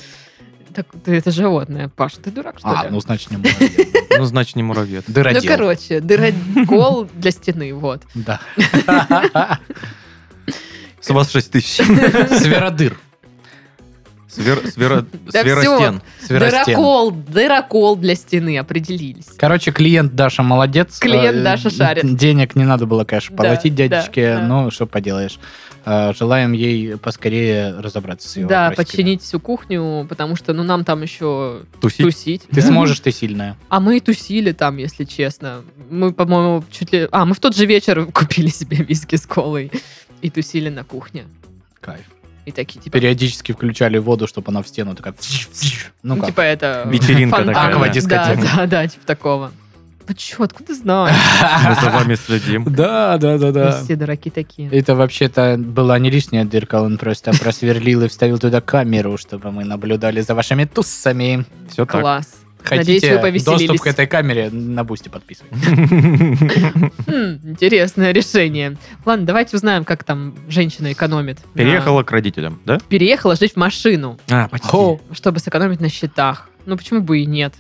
Так, ты- это животное, Паш, ты дурак, что
А,
ли?
ну, значит, не муравьед.
Ну, значит, не муравьед.
Ну,
Дыродел.
короче, дырокол для стены, вот.
Да.
С вас 6 тысяч.
Сверодыр.
Свер- свера-
Да
Сверостен.
Сверостен.
Дырокол, дырокол для стены определились.
Короче, клиент Даша молодец.
Клиент
Э,
Даша шарит.
Денег не надо было, конечно,
Да,
платить
да,
дядечке,
да.
но что поделаешь. Э, Желаем ей поскорее разобраться с ее
Да,
вопросиками.
подчинить всю кухню, потому что, ну, нам там еще
Тусить.
тусить.
Ты
Да.
сможешь, ты сильная.
А мы и тусили там, если честно. Мы, по-моему, чуть ли... А, мы в тот же вечер купили себе виски с колой и тусили на кухне.
Кайф.
И такие, типа...
Периодически включали воду, чтобы она в стену такая... «Фш-фш». Ну
Ну,
как?
типа это...
Вечеринка
фонтан.
такая,
да. Аквадискотека.
Да, да, да, типа такого. Ну чё, откуда знаешь?
Мы за вами следим.
Да, да, да,
Мы Все дураки такие.
Это вообще-то была не лишняя дырка, он просто просверлил и вставил туда камеру, чтобы мы наблюдали за вашими туссами.
Все так.
Класс. Надеюсь,
Хотите
вы повеселились.
доступ к этой камере, на бусте подписывайтесь.
Хм, интересное решение. Ладно, давайте узнаем, как там женщина экономит. на-
Переехала к родителям, да?
Переехала жить в машину,
А,
Хо.
чтобы сэкономить на счетах. Ну почему бы и нет?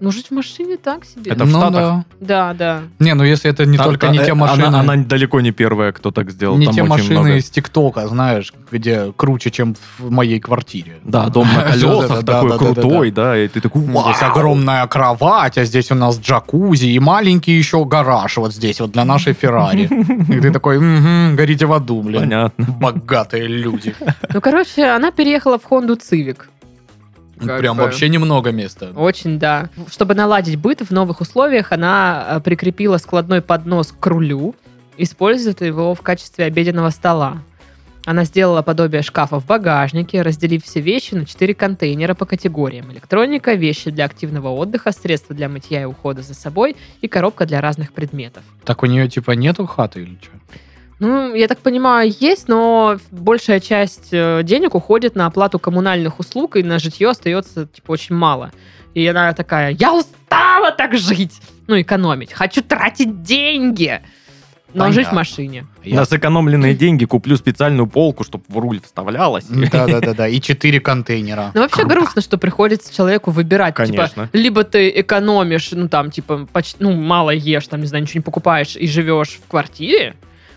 Ну жить в машине так себе.
Это в
Ну
Штатах?
да.
Да, да.
Не, ну если это не
Та-
только
та-
не те
э,
машины.
Она, она далеко не первая, кто так сделал.
не
Там
те
очень
машины
много.
из ТикТока, знаешь, где круче, чем в моей квартире.
Да, дом на колесах
Да-да-да,
такой
да-да-да.
крутой, да, и ты такой, вау!
Здесь огромная кровать, а здесь у нас джакузи и маленький еще гараж вот здесь вот для нашей Феррари. И ты такой, «Мгм, горите в аду, блин.
Понятно.
Богатые люди.
Ну короче, она переехала в Хонду Цивик. Как
Ну, Прям
бы.
вообще немного места.
Очень, да. Чтобы наладить быт в новых условиях, она э, прикрепила складной поднос к рулю, использует его в качестве обеденного стола. Она сделала подобие шкафа в багажнике, разделив все вещи на четыре контейнера по категориям. Электроника, вещи для активного отдыха, средства для мытья и ухода за собой и коробка для разных предметов.
Так у нее типа нету хаты или что?
Ну, я так понимаю, есть, но большая часть э, денег уходит на оплату коммунальных услуг, и на житье остается, типа, очень мало. И она такая, я устала так жить! Ну, экономить. Хочу тратить деньги! Но
Понятно.
жить в машине.
На сэкономленные деньги куплю специальную полку, чтобы в руль вставлялась.
Да-да-да, и четыре контейнера.
Но Ну, вообще грустно, что приходится человеку выбирать, типа,
Конечно.
либо ты экономишь, ну, там, типа, поч- ну, мало ешь, там, не знаю, ничего не покупаешь и живешь в квартире,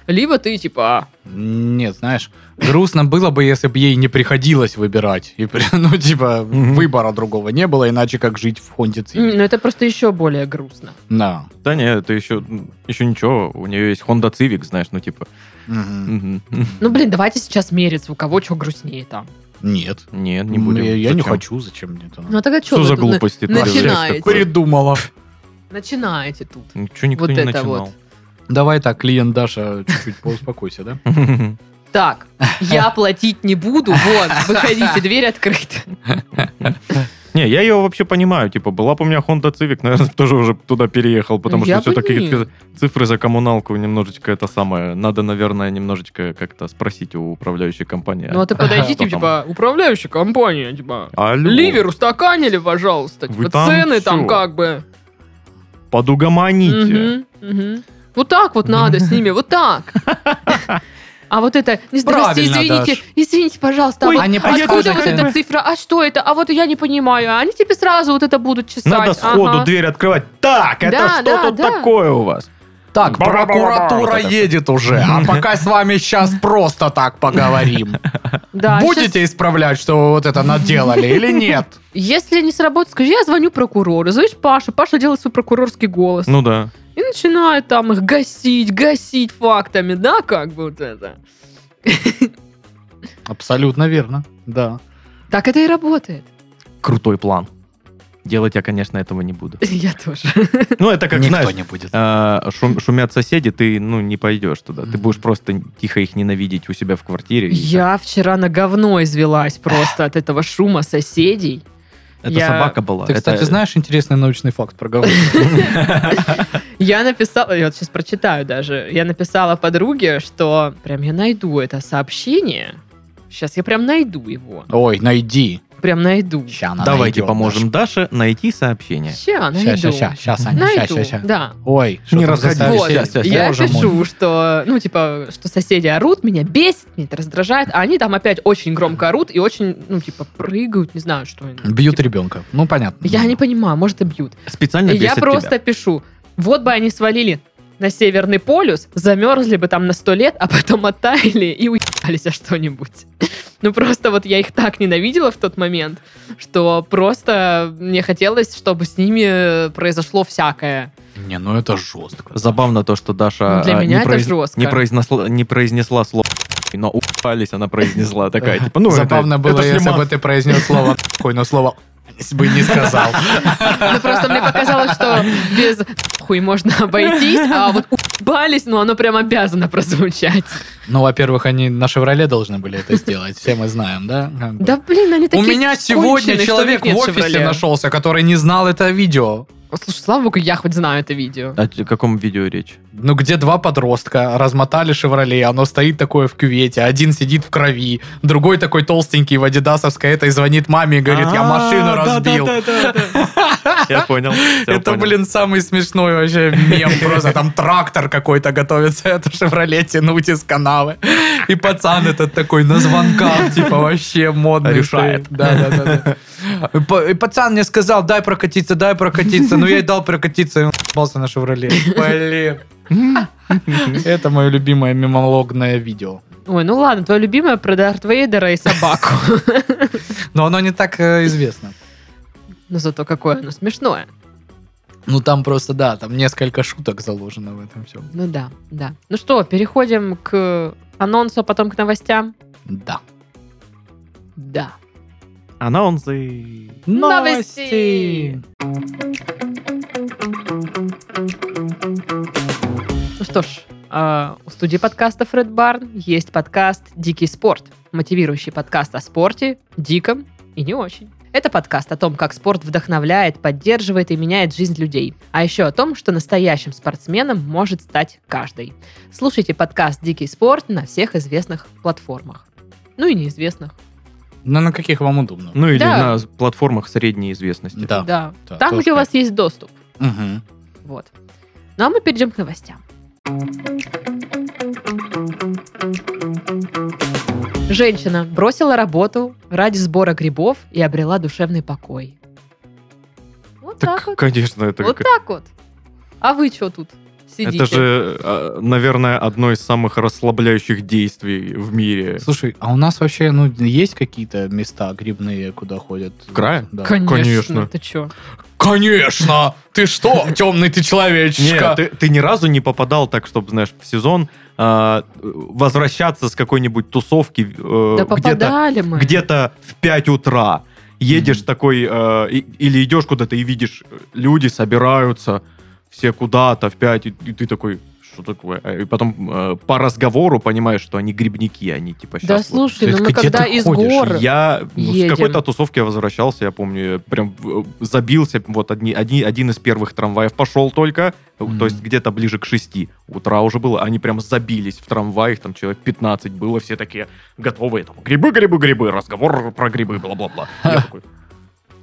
либо ты, типа,
Нет, знаешь, грустно было бы, если бы ей не приходилось выбирать. И, при- ну, типа,
Мгм.
выбора другого не было, иначе как жить в Хонде Civic.
ну, это просто еще более грустно.
Да.
Да нет, это еще, еще ничего. У нее есть Honda Civic, знаешь, ну типа.
Мгм.
мгм.
Ну, блин, давайте сейчас мериться, у кого что грустнее там.
Нет.
Нет, не будем.
Я, я не
Зачем?
хочу, зачем мне это?
Ну, а тогда что
Что
вы
за
тут на-
глупости? ты
Ну, начинаете.
говоришь такое?
Придумала.
начинаете тут?
Ничего никто
Вот
не
это
начинал.
Давай так, клиент Даша, чуть-чуть поуспокойся, да?
Так, я платить не буду, вот, выходите, дверь открыта.
Ну, Не, я ее вообще понимаю. Типа, была бы у меня Honda Civic, наверное, тоже уже туда переехал, потому
Ну, Я
что
бы
все-таки
не.
цифры за коммуналку немножечко это самое. Надо, наверное, немножечко как-то спросить у управляющей компании.
Ну, а ты подойди,
Что там?
типа, управляющая компания, типа,
Алло,
ливер устаканили, пожалуйста,
Вы
типа,
там
цены там
чё?
как бы.
подугомоните.
Мгм, мгм. Вот так вот надо с ними, вот так. А вот это, не здрасте,
Правильно,
извините,
Даш.
извините, пожалуйста, а
Ой,
вот
а не
откуда вот
подскажете?
эта цифра, а что это, а вот я не понимаю, А они тебе сразу вот это будут чесать.
Надо сходу
ага.
дверь открывать. Так, это
Да,
что
да,
тут
да.
такое у вас?
Так,
Ба-ба-ба-ба-ба.
прокуратура
Вот это
едет уже, а пока с вами сейчас просто так поговорим.
Да, А, щас-
Будете исправлять, что вы вот это наделали или нет?
Если не сработает, скажи, я звоню прокурору. Звонишь Паша, Паша делает свой прокурорский голос.
Ну да.
И начинает там их гасить, гасить фактами, да, как бы вот это.
Абсолютно верно, да.
Так это и работает.
Крутой план. Делать я, конечно, этого не буду.
Я тоже.
Ну, это как,
Никто
знаешь,
не будет.
а, шум- шумят соседи, ты, ну, не пойдешь туда. Ты
Мгм.
будешь просто тихо их ненавидеть у себя в квартире. и
Я вчера на говно извелась просто от этого шума соседей.
так. Это
я-
собака была.
Ты,
это-
кстати, знаешь интересный научный факт про говно?
Я написала, я вот сейчас прочитаю даже, я написала подруге, что прям я найду это сообщение. Сейчас я прям найду его.
Ой, найди.
Прям найду.
Ща она
Давайте
найдёт,
поможем Даше найти сообщение.
Ща
Даша. Ща,
найду.
ща, ща, ща, Саня, ща,
Найду,
ща, ща.
да.
Ой, что
Не
там за
Вот,
расходись.
сообщение?
Щас, щас,
я
Боже мой.
пишу, что, ну, типа, что соседи орут, меня бесит, меня это раздражает, а они там опять очень громко орут и очень, ну, типа, прыгают, не знаю, что они.
Бьют
Типа,
ребенка. Ну, понятно.
Я не понимаю, может, и бьют.
Специально
И я
Ну, бесит
просто
тебя.
пишу, вот бы они свалили на Северный полюс, замерзли бы там на сто лет, а потом оттаяли и уебались о что-нибудь. Ну просто вот я их так ненавидела в тот момент, что просто мне хотелось, чтобы с ними произошло всякое.
Не, ну это жестко.
Забавно то, что Даша
Ну, для
а,
меня
не,
это жестко.
не, произнесла, не произнесла слово но упались, она произнесла такая, типа, ну, это-
Забавно
это
было,
ж не
если
мат.
бы ты произнес слово «нахуй», но слово «х**ь» бы не сказал.
Ну просто мне показалось, что без хуй можно обойтись, а вот уебались, ну оно прям обязано прозвучать.
Ну, во-первых, они на «Шевроле» должны были это сделать, все мы знаем, да? Как бы.
Да блин, они
У
такие
меня сегодня
конченые, что
человек
у них
в
нет
офисе
«Шевроле».
нашелся, который не знал это видео.
Слушай, слава богу, я хоть знаю это видео.
А О т- каком видео речь?
Ну, где два подростка размотали «Шевроле», оно стоит такое в кювете, один сидит в крови, другой такой толстенький в адидасовской этой звонит маме и говорит,
А,
я
А,
машину разбил.
Я понял. всё,
Это,
понял.
блин, самый смешной вообще мем. Просто там трактор какой-то готовится, это «Шевроле» тянуть из канавы. И пацан этот такой на звонках, типа, вообще модный.
Решает.
Да, да, да, да. И па- И пацан мне сказал, дай прокатиться, дай прокатиться. Ну, я и дал прокатиться, и он ебался на «Шевроле». Блин. Это мое любимое мемологное видео.
Ой, ну ладно, твое любимое про Дарт Вейдера и собаку.
Но оно не так э, известно.
Но Ну, зато какое оно смешное.
Ну, там просто, да, там несколько шуток заложено в этом всем.
Ну да, да. Ну что, переходим к анонсу, а потом к новостям.
Да.
Да.
Анонсы.
Новости! Ну что ж, а, у студии подкастов Red Barn есть подкаст «Дикий спорт», мотивирующий подкаст о спорте, диком и не очень. Это подкаст о том, как спорт вдохновляет, поддерживает и меняет жизнь людей. А еще о том, что настоящим спортсменом может стать каждый. Слушайте подкаст «Дикий спорт» на всех известных платформах. Ну и неизвестных.
Ну, на каких вам удобно?
Ну или
Да.
на платформах средней известности.
Да.
Да.
Да,
Там,
тоже
где у вас
так.
есть доступ.
Мгм.
Вот. Ну а мы перейдем к новостям. Женщина бросила работу ради сбора грибов и обрела душевный покой. Вот так,
Так,
вот.
конечно, это
вот
к-
так вот. А вы что тут сидите?
Это же, э, наверное, одно из самых расслабляющих действий в мире.
Слушай, а у нас вообще, ну, есть какие-то места грибные, куда ходят? В
крае?
Да.
Конечно.
конечно. Э,
Ты чё?
Конечно! Ты что, темный ты человечка?
Нет, ты, ты ни разу не попадал так, чтобы, знаешь, в сезон э, возвращаться с какой-нибудь тусовки э,
Да
где-то,
попадали мы.
где-то в 5 утра. Едешь
Мгм.
такой, э, и- или идешь куда-то и видишь, э, люди собираются все куда-то в 5, и, и ты такой, что такое? А, И потом э, по разговору понимаешь, что они грибники, они типа сейчас...
Да слушай, ну
Ты
мы
где
когда
ты
из
ходишь?
гор...
Я ну, с
Едем.
какой-то тусовки я возвращался, я помню, я прям э, забился, вот одни, одни, один из первых трамваев пошел только, э,
Мгм.
то есть где-то ближе к 6 утра уже было, они прям забились в трамваях, там человек 15 было, все такие готовые, там, грибы, грибы, грибы, разговор про грибы, бла-бла-бла. Я такой,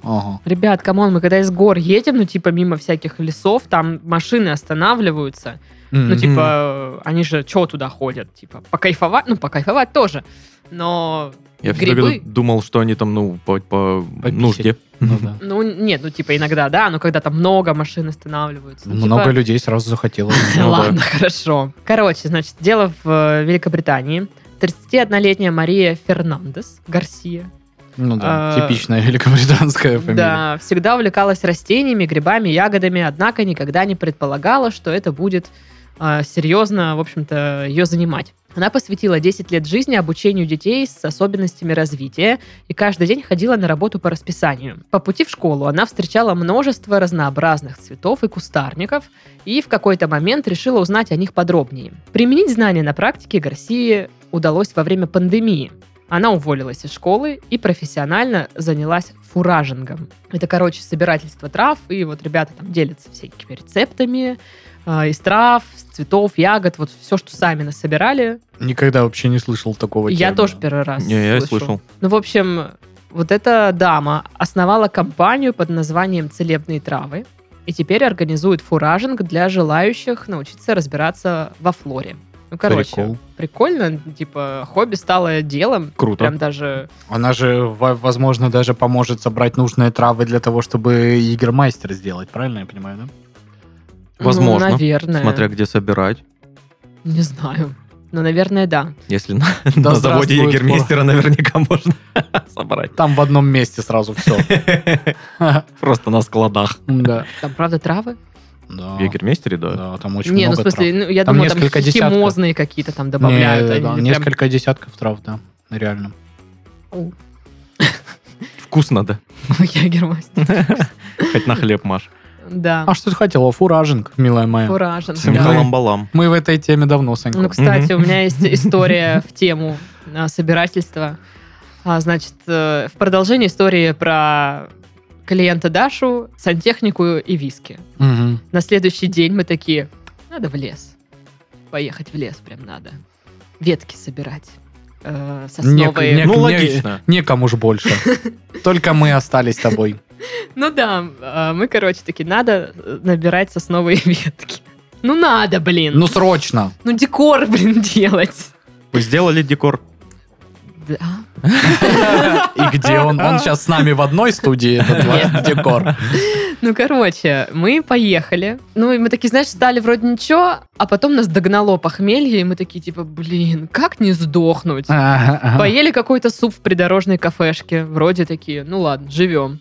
Ага.
Ребят, камон, мы когда из гор едем, ну типа мимо всяких лесов, там машины останавливаются, Ну,
Мгм.
типа, э, они же чего туда ходят? Типа, покайфовать? Ну, покайфовать тоже. Но,
Я
Грибы?
всегда думал, что они там, ну, по, по
Пописать.
нужде.
Ну да.
ну, нет, ну, типа, иногда, да, но когда там много машин останавливаются. ну,
Много
типа,
людей сразу захотело.
Ну, да.
Ладно, хорошо. Короче, значит, дело в э, Великобритании. 31-летняя Мария Фернандес Гарсия.
Ну да,
А,
типичная великобританская фамилия.
Да, всегда увлекалась растениями, грибами, ягодами, однако никогда не предполагала, что это будет а, серьезно, в общем-то, ее занимать. Она посвятила 10 лет жизни обучению детей с особенностями развития и каждый день ходила на работу по расписанию. По пути в школу она встречала множество разнообразных цветов и кустарников и в какой-то момент решила узнать о них подробнее. Применить знания на практике Гарсии удалось во время пандемии. Она уволилась из школы и профессионально занялась фуражингом. Это, короче, собирательство трав, и вот ребята там делятся всякими рецептами э, из трав, с цветов, ягод, вот все, что сами насобирали.
Никогда вообще не слышал такого
Я
термина.
тоже первый раз
Не, я и слышал.
Ну, в общем, вот эта дама основала компанию под названием «Целебные травы» и теперь организует фуражинг для желающих научиться разбираться во флоре. Ну, короче,
Прикол.
прикольно, типа, хобби стало делом,
Круто.
прям даже
Она же, во- возможно, даже поможет собрать нужные травы для того, чтобы игромайстер сделать, правильно я понимаю, да?
Возможно.
Ну, наверное.
Смотря где собирать.
Не знаю. Но, наверное, да.
Если на,
Да
на заводе
здравствует
Егермейстера наверняка можно собрать.
Там в одном месте сразу все.
Просто на складах.
Да.
Там, правда, травы?
В Егермейстере, да.
Да, там очень
не, ну, в
много
смысле,
трав.
ну, я
Там
думала, там
несколько десятков.
химозные какие-то там добавляют.
Не,
они
да,
прям-
Несколько десятков трав, да. Реально.
Вкусно, да.
Ягермастер.
Хоть на хлеб, Маш.
Да.
А что ты хотела? Фуражинг, милая моя.
Фуражен.
Да.
Симхалам-балам.
Мы в этой теме давно, Санька.
Ну, кстати, у меня есть история в тему а, собирательства. А, Значит, э, в продолжении истории про клиента Дашу, сантехнику и виски.
Мгм.
На следующий день мы такие, надо в лес. Поехать в лес прям надо. Ветки собирать. Э,
Нек-
Сосновые.
нек-
Ну,
не-
логично.
Некому ж больше. Только мы остались с тобой.
Ну да, э, мы, короче, таки, надо э, набирать сосновые ветки. Ну надо, блин.
Ну, срочно.
Ну декор, блин, делать.
Вы сделали декор?
Да.
И где он? Он сейчас с нами в одной студии, этот ваш декор.
Ну, короче, мы поехали. Ну, и мы такие, знаешь, стали вроде ничего, а потом нас догнало похмелье, и мы такие, типа, блин, как не сдохнуть?
Ага, ага.
Поели какой-то суп в придорожной кафешке. Вроде такие, ну ладно, живем.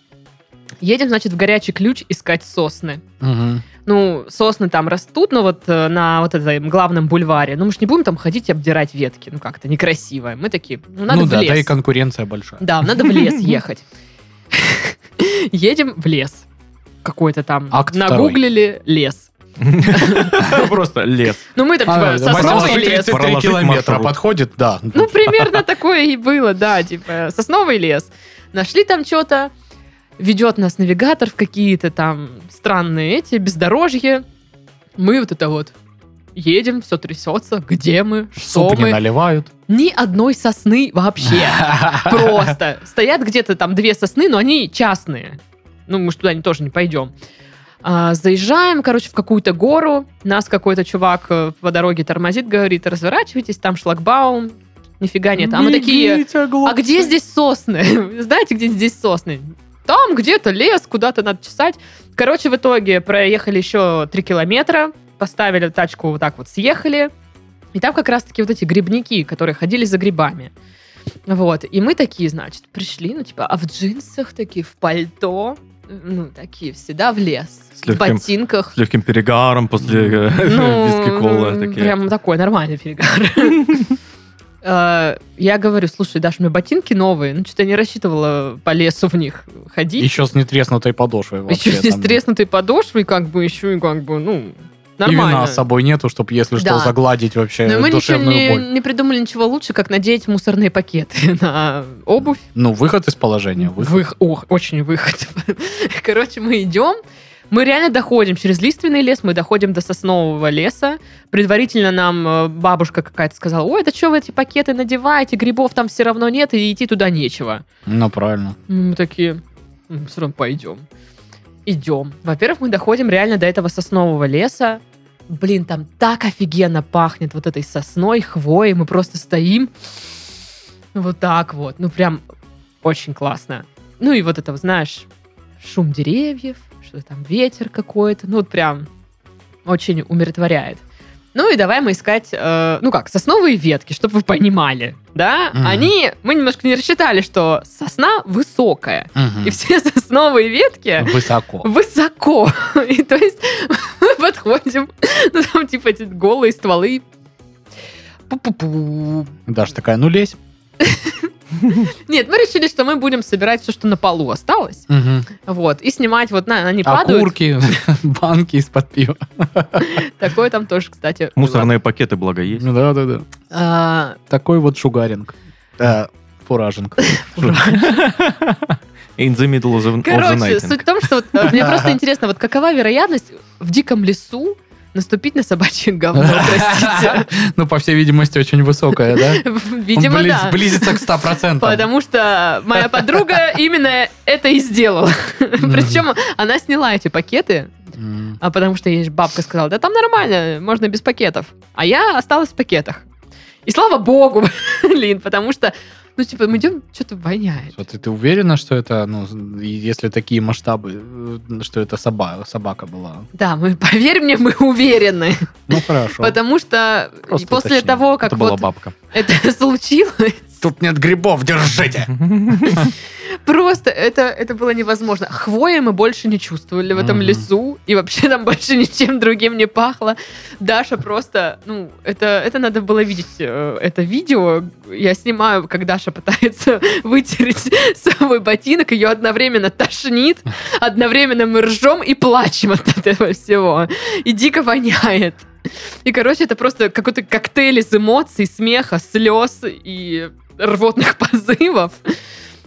Едем, значит, в горячий ключ искать сосны.
Мгм.
Ну, сосны там растут, но вот э, на вот этом главном бульваре. Ну, мы же не будем там ходить и обдирать ветки. Ну, как-то некрасиво. Мы такие, ну, надо
Ну
в
да,
лес.
да и конкуренция большая.
Да, надо в лес ехать. Едем в лес. Какой-то там.
Акт второй.
Нагуглили лес.
Просто лес.
Ну, мы там, типа,
А,
сосновый лес.
833
Проложить
километра
маршрут.
подходит, да.
Ну, примерно такое и было, да, типа, сосновый лес. Нашли там что-то, ведет нас навигатор в какие-то там странные эти, бездорожье. Мы вот это вот едем, все трясется, где мы, что
Суп не
мы.
наливают.
Ни одной сосны вообще. Просто. Стоят где-то там две сосны, но они частные. Ну, мы ж туда не- тоже не пойдем. А, заезжаем, короче, в какую-то гору. Нас какой-то чувак э, по дороге тормозит, говорит, разворачивайтесь, там шлагбаум. Нифига нет. А мы такие, а где здесь сосны? Знаете, где здесь сосны? Там где-то лес, куда-то надо чесать. Короче, в итоге проехали еще три километра, поставили тачку вот так вот, съехали. И там как раз-таки вот эти грибники, которые ходили за грибами. Вот. И мы такие, значит, пришли, ну, типа, а в джинсах такие, в пальто, ну, такие всегда в лес.
С
В
легким-
ботинках.
С легким перегаром после э,
Ну,
виски кола.
м,
такие.
Прям такой нормальный перегар. Э, Я говорю, слушай, Даш, у меня ботинки новые, ну что-то я не рассчитывала по лесу в них ходить.
Еще с нетреснутой подошвой вообще.
Еще с
там.
треснутой подошвой, как бы, еще и как бы, ну,
И вина
нормально.
с собой нету, чтобы, если что,
Да.
загладить вообще
Но мы ничего
душевную
не,
боль.
не придумали ничего лучше, как надеть мусорные пакеты на обувь.
Ну, выход из положения. Выход.
Вых- Ох, очень выход. Короче, мы идем. Мы реально доходим через лиственный лес, мы доходим до соснового леса. Предварительно нам э, бабушка какая-то сказала, ой, да что вы эти пакеты надеваете, грибов там все равно нет, и идти туда нечего.
Ну, правильно.
Мы такие, все равно пойдем. Идем. Во-первых, мы доходим реально до этого соснового леса. Блин, там так офигенно пахнет вот этой сосной, хвоей. Мы просто стоим вот так вот. Ну, прям очень классно. Ну, и вот это, вот, знаешь, шум деревьев, что-то там ветер какой-то. Ну, вот прям очень умиротворяет. Ну и давай мы искать, э, ну как, сосновые ветки, чтобы вы понимали, да?
Мгм.
Они, мы немножко не рассчитали, что сосна высокая,
Мгм. Ну,
и все сосновые ветки
Высоко.
высоко. И то есть мы подходим, ну там типа эти голые стволы. Пу-пу-пу.
Даша такая, ну лезь.
Нет, мы решили, что мы будем собирать все, что на полу осталось.
Мгм.
Вот. И снимать вот, на, они падают.
Окурки, банки из-под пива.
Такое там тоже, кстати. было.
Мусорные пакеты, благо, есть.
Да-да-да.
А,
Такой вот шугаринг. Э, Фуражинг.
In the middle of the, of the
Короче,
nighting.
суть в том, что вот, э, мне просто интересно, вот какова вероятность в диком лесу наступить на собачье говно, простите.
Ну, по всей видимости, очень высокая, да?
Видимо,
Близ-
да.
Близится к 100%.
Потому что моя подруга именно это и сделала. Причем она сняла эти пакеты,
Мгм.
а потому что ей ж бабка сказала, да там нормально, можно без пакетов. А я осталась в пакетах. И слава богу, блин, потому что, ну, типа, мы идем, что-то воняет.
Вот и ты уверена, что это, ну, и если такие масштабы, э, что это соба- собака была?
Да, мы, поверь мне, мы уверены.
Ну, хорошо.
Потому что
Просто
после
уточняю.
того, как
Это была
вот
бабка.
это случилось,
Тут нет грибов, держите!
Просто это, это было невозможно. Хвои мы больше не чувствовали в этом
Мгм.
лесу, и вообще там больше ничем другим не пахло. Даша просто, ну, это, это надо было видеть, э, это видео. Я снимаю, как Даша пытается вытереть свой ботинок, ее одновременно тошнит, одновременно мы ржем и плачем от этого всего. И дико воняет. И, короче, это просто какой-то коктейль из эмоций, смеха, слез и рвотных позывов.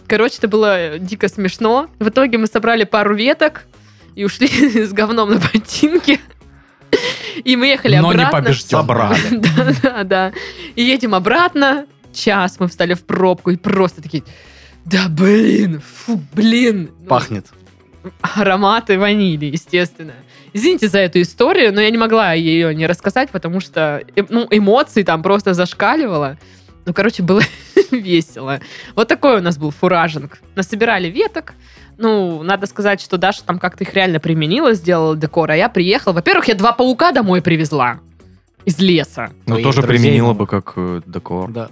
Короче, это было дико смешно. В итоге мы собрали пару веток и ушли с говном на ботинке. И мы ехали
Но не
обратно.
побеждён.
Собрали.
Да, да, да. И едем обратно. Час мы встали в пробку и просто такие... Да блин, фу, блин. Ну,
Пахнет.
ароматы ванили, естественно. Извините за эту историю, но я не могла ее не рассказать, потому что э, ну, эмоции там просто зашкаливало. Ну, короче, было весело. Вот такой у нас был фуражинг. Насобирали веток. Ну, надо сказать, что Даша там как-то их реально применила, сделала декор. А я приехала. Во-первых, я два паука домой привезла из леса.
Ну,
Твоих
тоже
друзей.
применила бы как э, декор.
Да.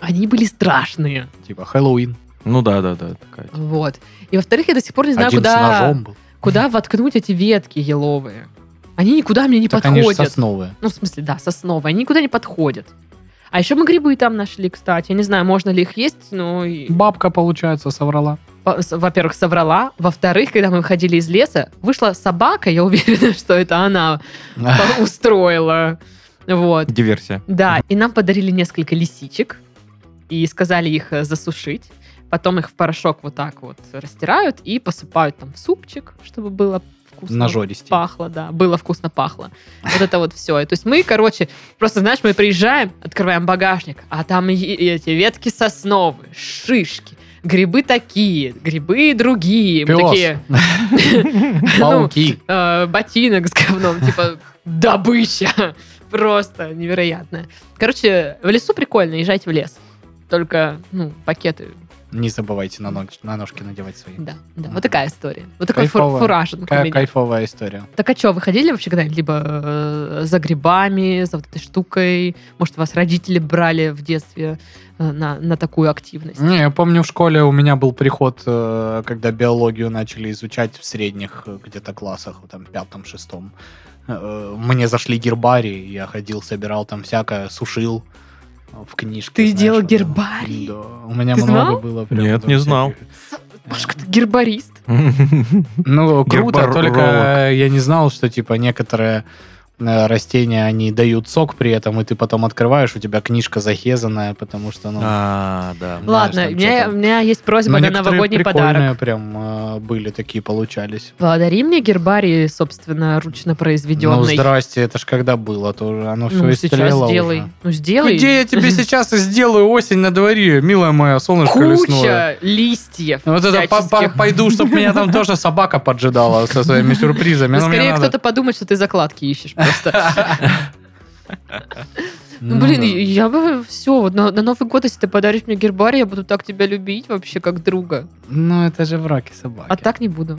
Они были страшные.
Типа Хэллоуин.
Ну да, да, да. такая.
Вот. И во-вторых, я до сих пор не знаю,
Один с
куда,
ножом был.
куда воткнуть эти ветки еловые. Они никуда мне не
Так они же
подходят.
сосновые.
Ну, в смысле, да, сосновые. Они никуда не подходят. А еще мы грибы там нашли, кстати. Я не знаю, можно ли их есть, но, и-
Бабка, получается, соврала.
по- с- во-первых, соврала. Во-вторых, когда мы выходили из леса, вышла собака, я уверена, что это она по- устроила. Вот.
Диверсия.
Да, и нам подарили несколько лисичек и сказали их э, засушить. Потом их в порошок вот так вот растирают и посыпают там в супчик, чтобы было вкусно.
Нажористей.
Пахло, да. Было вкусно пахло. Вот это вот все. То есть мы, короче, просто, знаешь, мы приезжаем, открываем багажник, а там и эти ветки сосновые, шишки, грибы такие, грибы другие. Мы
Пёс.
такие, Ну,
Пауки.
э, ботинок с говном, типа добыча. Просто невероятно. Короче, в лесу прикольно, езжайте в лес. Только, ну, пакеты,
Не забывайте на, ног- на ножки надевать свои.
Ну. да, да.
Мгм.
Вот такая история. Вот такой фуражен
Кайфово. Какая кайфовая история.
Так а что, вы ходили вообще когда-нибудь либо э, за грибами, за вот этой штукой? Может, вас родители брали в детстве э, на, на такую активность?
Не, я помню, в школе у меня был приход, э, когда биологию начали изучать в средних э, где-то классах, вот там пятом, шестом. Э, Мне зашли гербарии, я ходил, собирал там всякое, сушил э, в книжке.
Ты
знаешь,
делал
вот там.
гербарий?
Да, у меня
Ты
много
знал?
было. прям
Нет,
там
не
всяких.
знал.
Пашка, ты гербарист.
Ну, круто,
Гербаролог.
только я не знал, что, типа, некоторые э, растения, они дают сок при этом, и ты потом открываешь, у тебя книжка захезанная, потому что, ну...
А, да.
знаешь,
Ладно,
там
у меня,
чё-то.
у меня есть просьба
Но
на
некоторые
новогодний
прикольные
подарок.
прям э, были такие, получались.
Подари мне гербарий, собственно, ручно
Ну,
произведенный.
здрасте, это ж когда было, то уже оно все
Ну,
истлело
сейчас сделай.
уже.
Ну, сделай.
Где я тебе сейчас и сделаю осень на дворе, милая моя, солнышко лесное?
Куча листьев.
Ну, Вот это по- по-
всяческих.
пойду, чтобы меня там тоже собака поджидала со своими сюрпризами.
Ну,
Ну, мне
скорее
надо-
кто-то подумает, что ты закладки ищешь просто. Ну,
Ну,
блин,
да.
я бы все. Вот на, на Новый год, если ты подаришь мне гербарий, я буду так тебя любить вообще, как друга.
Ну, это же враки собаки.
А так не буду.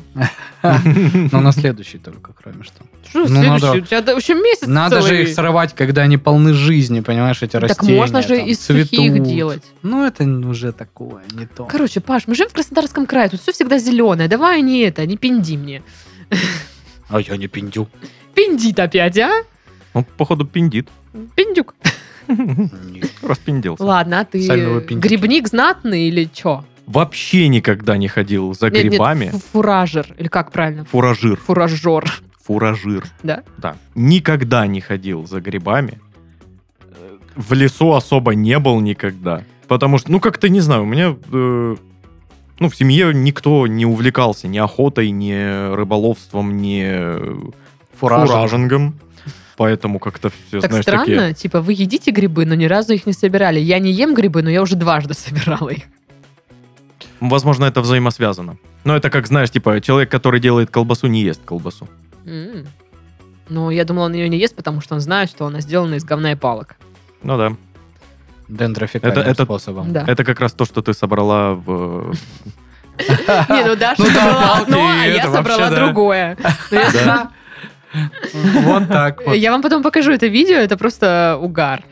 Но на следующий только, кроме что.
Что
Ну,
следующий?
надо-
У тебя да- еще месяц
Надо
целый.
же их срывать, когда они полны жизни, понимаешь, эти
Так
растения.
можно же
там
из сухих
цветут.
делать.
Ну, это уже такое, не то.
Короче, Паш, мы живем в Краснодарском крае, тут все всегда зеленое. Давай не это, не пинди мне.
А я не пиндю.
Пиндит опять, а?
Он, Ну, походу, пиндит.
Пиндюк.
Нет.
Распинделся.
Ладно, а ты
Сами вы пиндюки.
грибник знатный или что?
Вообще никогда не ходил за
Нет, нет,
грибами.
фу- Фуражер, или как правильно?
Фуражир.
Фуражер.
Фуражир.
Да?
Да. Никогда не ходил за грибами. Э, В лесу особо не был никогда. Потому что, ну, как-то не знаю, у меня... э, ну, в семье никто не увлекался ни охотой, ни рыболовством, ни э,
Фураж.
фуражингом. Поэтому как-то все,
Так
знаешь,
странно,
такие...
типа, вы едите грибы, но ни разу их не собирали. Я не ем грибы, но я уже дважды собирала их.
Возможно, это взаимосвязано. Но это как, знаешь, типа, человек, который делает колбасу, не ест колбасу.
М. Ну, я думала, он ее не ест, потому что он знает, что она сделана из говна и палок.
Ну да.
Дендрофикальным
Это- это-
способом.
Да.
Это как раз то, что ты собрала в... э,
Не, ну Даша
Ну да,
собрала
палки,
одно, а я
это
собрала
вообще, да.
другое. Но я
Да.
Вот так вот.
Я вам потом покажу это видео, это просто угар.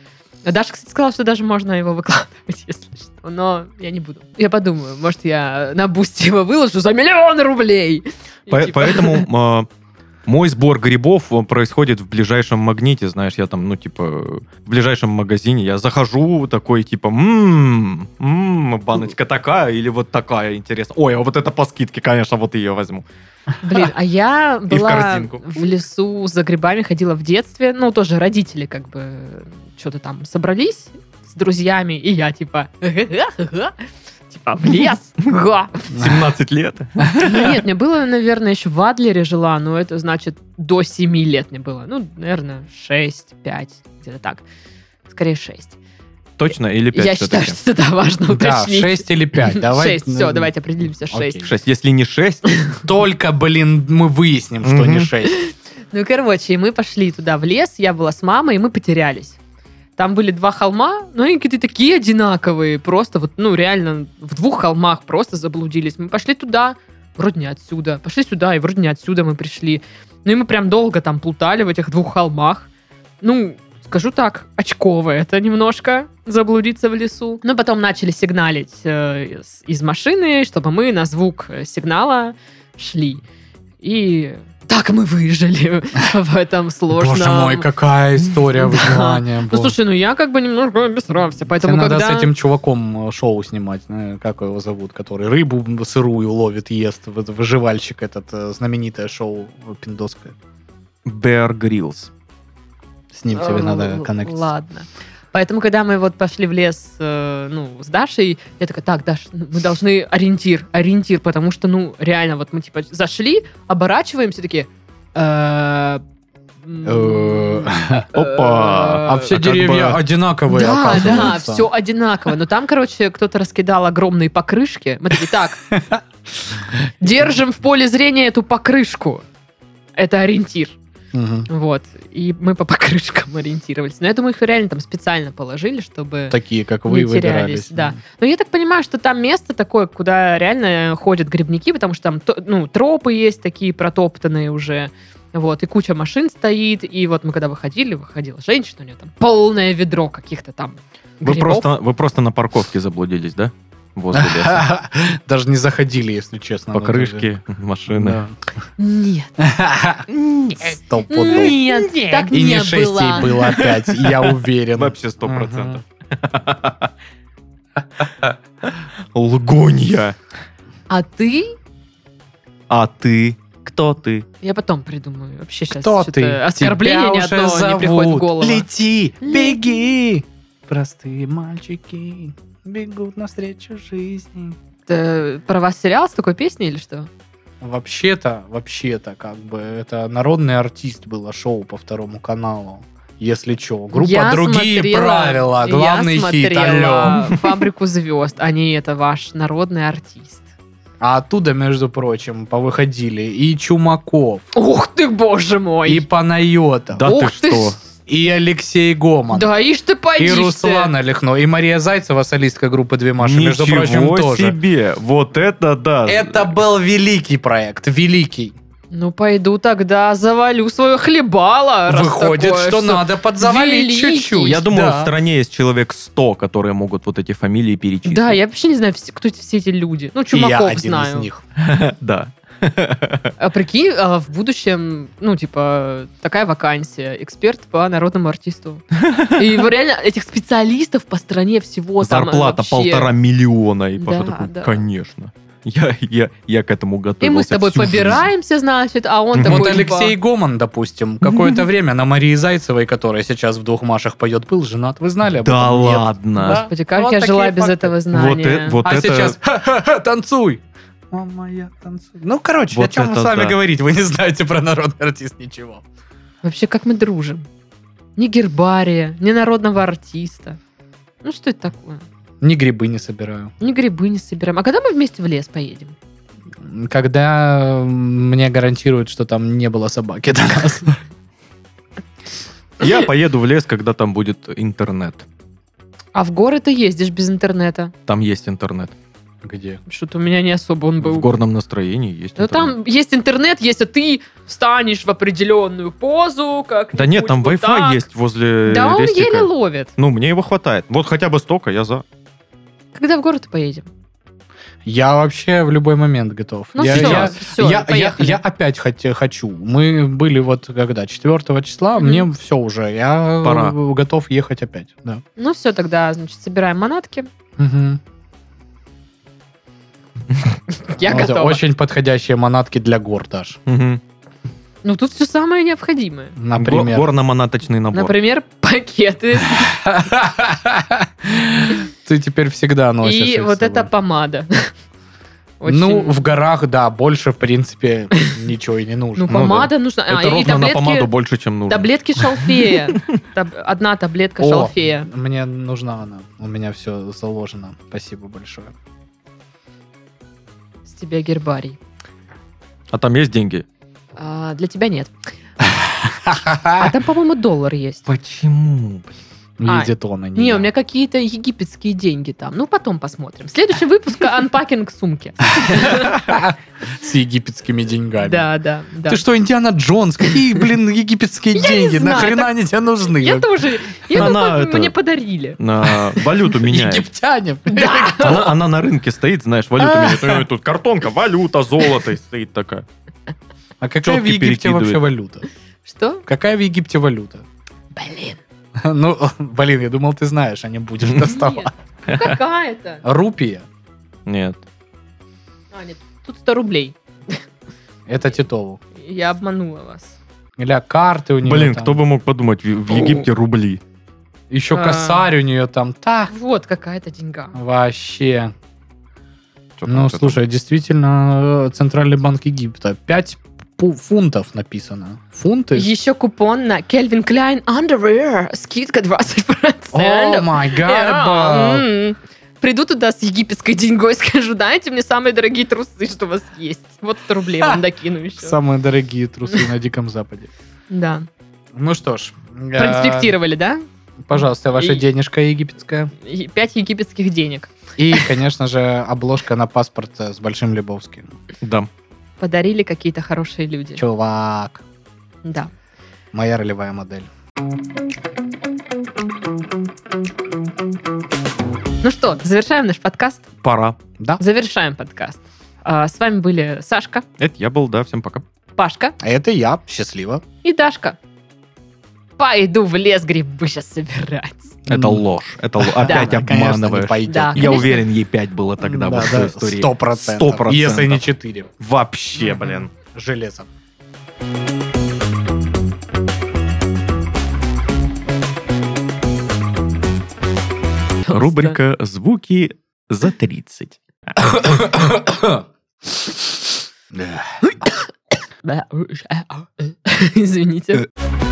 Даша, кстати, сказала, что даже можно его выкладывать, если что, но я не буду. Я подумаю, может, я на бусте его выложу за миллион рублей. И
По-
типа,
Поэтому э, мой сбор грибов он происходит в ближайшем магните, знаешь, я там, ну, типа, э, в ближайшем магазине я захожу, такой, типа, ммм, ммм, баночка такая или вот такая, интересно. Ой, а вот это по скидке, конечно, вот ее возьму.
Блин, а я
И в
была
корзинку.
в лесу за грибами, ходила в детстве. Ну, тоже родители как бы что-то там собрались с друзьями, и я типа... Типа, в лес! Га!
17 лет.
Ну, нет, мне было, наверное, еще в Адлере жила, но это значит до 7 лет мне было. Ну, наверное, 6, 5, где-то так. Скорее 6.
Точно или 5
Я считаю, что это важно
Да,
уточнить.
6 или 5. Давай. ну,
6, все, давайте определимся, 6.
Окей.
6. Если не 6,
Только, блин, мы выясним, что не
Мгм.
6.
Ну, короче, и мы пошли туда в лес, я была с мамой, и мы потерялись. Там были два холма, но они какие-то такие одинаковые, просто вот, ну, реально, в двух холмах просто заблудились. Мы пошли туда, вроде не отсюда, пошли сюда, и вроде не отсюда мы пришли. Ну, и мы прям долго там плутали в этих двух холмах. Ну, скажу так, очково это немножко заблудиться в лесу. Но потом начали сигналить э, из- из машины, чтобы мы на звук э, сигнала шли. И так мы выжили в этом сложном...
Боже мой, какая история
Да.
выживания.
Ну,
была.
слушай, ну я как бы немножко обесрался,
Тебе
поэтому
надо
когда...
с этим чуваком э, шоу снимать, э, как его зовут, который рыбу сырую ловит, ест, вот выживальщик этот, э, знаменитое шоу э, пиндоское.
Bear Grylls.
С ним тебе
Э,
надо
л-
коннектиться.
Ладно. Поэтому, когда мы вот пошли в лес, э, ну, с Дашей, я такая, так, Даш, ну, мы должны ориентир, ориентир, потому что, ну, реально, вот мы, типа, зашли, оборачиваемся, такие... «Э, м,
Э,
э,
Опа.
А все
а как
деревья
бы-
одинаковые,
Да, да,
оказывается.
все одинаково. Но там, короче, кто-то раскидал огромные покрышки. Мы такие, так, держим в поле зрения эту покрышку. Это ориентир.
Мгм.
Вот. И мы по покрышкам ориентировались. Но я думаю, их реально там специально положили, чтобы...
Такие, как
Не
вы,
терялись,
выбирались.
да. Но я так понимаю, что там место такое, куда реально ходят грибники, потому что там то- ну, тропы есть такие протоптанные уже. Вот, и куча машин стоит. И вот мы когда выходили, выходила женщина, у нее там полное ведро каких-то там
Вы
грибов.
просто, вы просто на парковке заблудились, да? Возле леса.
Даже не заходили, если честно.
Покрышки, машины.
Да.
Нет. Нет.
Сто пудов.
Нет, так
И
не
не шесть
было.
ей было опять, я уверен.
Вообще сто процентов. Лгунья.
А ты?
А ты? Кто ты?
Я потом придумаю. Вообще сейчас
Кто
что-то
ты?
оскорбление ни
Тебя уже
одного не приходит в
зовут.
голову.
Лети,
Лети.
беги. Простые мальчики бегут навстречу жизни.
Это э, про вас сериал с такой песней или что?
Вообще-то, вообще-то, как бы, это народный артист было шоу по второму каналу. Если чё, группа
Я
«Другие
смотрела-
правила», главный
я
хит,
смотрела
алло.
«Фабрику звезд», а не это ваш народный артист.
А оттуда, между прочим, повыходили и Чумаков,
Ух ты, боже мой!
и Панайотов,
Да
Ух
ты
ты
что?
ж.
и Алексей Гоман.
Да ишь ты поди
И
ж ты.
Руслана Лихно, и Мария Зайцева, солистка группы «Две Маши», между прочим,
Ничего
тоже.
себе! Вот это да!
Это был великий проект, великий.
Ну пойду тогда завалю свое хлебало. раз
Выходит,
такое
что
всё.
надо подзавалить
великий.
чуть-чуть.
Я думаю, в
да.
стране есть человек 100, которые могут вот эти фамилии перечислить.
Да, я вообще не знаю, вс- кто эти- все эти люди. Ну,
И я
Чумаков
один
знаю.
из них.
Да.
А прикинь, а в будущем, ну, типа, такая вакансия. Эксперт по народному артисту. И вот реально этих специалистов по стране всего там
Зарплата
вообще.
полтора миллиона. И Паша
Да,
такой,
да.
конечно. Я, я, я к этому готовился
И мы с тобой
всю жизнь».
побираемся, значит, а он такой...
Вот
типа,
Алексей Гоман, допустим, какое-то время на Марии Зайцевой, которая сейчас в «Двух Машах» поет, был женат. Вы знали об
Да
этом? Нет.
ладно.
Господи, как
Вот
я
такие
жила без
факты.
этого
Вот,
знания.
э- вот
а
это...
сейчас «Ха-ха-ха, танцуй. Мама, я танцую. Ну, короче,
Вот
о чем мы
это
с вами
да.
говорить? Вы не знаете про народный артист ничего.
Вообще, как мы дружим. Ни гербария, ни народного артиста. Ну, что это такое?
Ни грибы не собираю.
Ни грибы не собираем. А когда мы вместе в лес поедем?
Когда м, мне гарантируют, что там не было собаки до нас.
Я поеду в лес, когда там будет интернет.
А в горы ты ездишь без интернета.
Там есть интернет.
Где?
Что-то у меня не особо он был.
В горном настроении есть
Ну
интернет.
там есть интернет, если ты встанешь в определенную позу, как
Да нет, там Wi-Fi есть э, возле
Да он
рестика.
еле ловит.
Ну, мне его хватает. Вот хотя бы столько, я за.
Когда в город поедем?
Я вообще в любой момент готов.
Ну
я,
все,
я-
все,
я, я,
поехали.
я опять хоте- хочу. Мы были вот когда? 4 числа,
Мгм.
мне все уже. Я
Пора.
э, готов ехать опять. Да.
Ну все, тогда, значит, собираем манатки. Я
Вот это
готова.
Очень подходящие манатки для гор, Даш.
Мгм.
Ну тут все самое необходимое.
Го-
Например.
Горно-манаточный набор.
Например, пакеты
Ты теперь всегда носишь.
и
их с
вот
собой.
эта помада. Очень-
Ну, в горах, да, больше, в принципе, ничего и не
ну
нужно.
да.
помада нужна. А,
Это
и
ровно на помаду
таблетки,
больше, чем нужно.
таблетки шалфея. Таб- Одна таблетка
О,
шалфея.
Мне нужна она. У меня все заложено. Спасибо большое.
С тебя гербарий.
А там есть деньги?
А, для тебя нет. А там, по-моему, доллар есть.
Почему?
А,
Видит он, а не
Не,
я.
у меня какие-то египетские деньги там. Ну, потом посмотрим. Следующий выпуск анпакинг сумки.
С египетскими деньгами.
Да, да, да.
Ты что, Индиана Джонс? Какие, блин, египетские деньги?
знаю,
Нахрена они тебе нужны?
Я тоже. Я
Она
думала,
это-
мне подарили.
На валюту меняет.
Египтяне.
Да.
Она, она на рынке стоит, знаешь, валюту меняет. У неё Тут картонка, валюта, золото и стоит такая.
А какая в
Чётки
Египте
перекидывает.
вообще валюта?
Что?
Какая в Египте валюта?
Блин.
Ну, блин, я думал, ты знаешь, а не будешь доставать.
нет. Ну, Какая-то.
Рупия.
Нет.
А, нет, Тут 100 рублей.
Это Титову.
Я обманула вас.
Или карты у нее
Блин, кто бы мог подумать, в, в Египте рубли.
Еще
А.
косарь у нее там. Так,
Вот какая-то деньга.
вообще.
Чё там
Ну,
это?
слушай, действительно, э, Центральный банк Египта. 5 фунтов написано. Фунты?
Еще купон на Кельвин Клайн Underwear. Скидка 20%.
О, май
Я, Э,
гад.
а, м, М-м. Приду туда с египетской деньгой, скажу, дайте мне самые дорогие трусы, что у вас есть. Вот 100 рублей вам докину еще.
Самые дорогие трусы на Диком Западе.
Да.
Ну что ж. э,
Проинспектировали, да?
Пожалуйста, ваша
И-
денежка египетская.
И Пять египетских денег.
И, конечно же, обложка на паспорт э, с Большим Лебовским.
Да.
Подарили какие-то хорошие люди.
Чувак,
Да.
моя ролевая модель.
Ну что, завершаем наш подкаст.
Пора.
Да.
Завершаем подкаст. А, С вами были Сашка,
Это я был, да, всем пока.
Пашка
А это я. Счастливо.
и Дашка. Пойду в лес грибы сейчас собирать.
Это
М.
ложь. Это л-
Да,
опять
Она, конечно, не
обманываешь.
пойдет.
Да.
Я
Конечно.
уверен, ей 5 было тогда
Да,
вот в
да,
той истории.
Сто процентов.
Сто процентов.
Если не четыре.
Вообще, блин.
Железо.
Рубрика «Звуки за 30».
Да. А, э. Извините.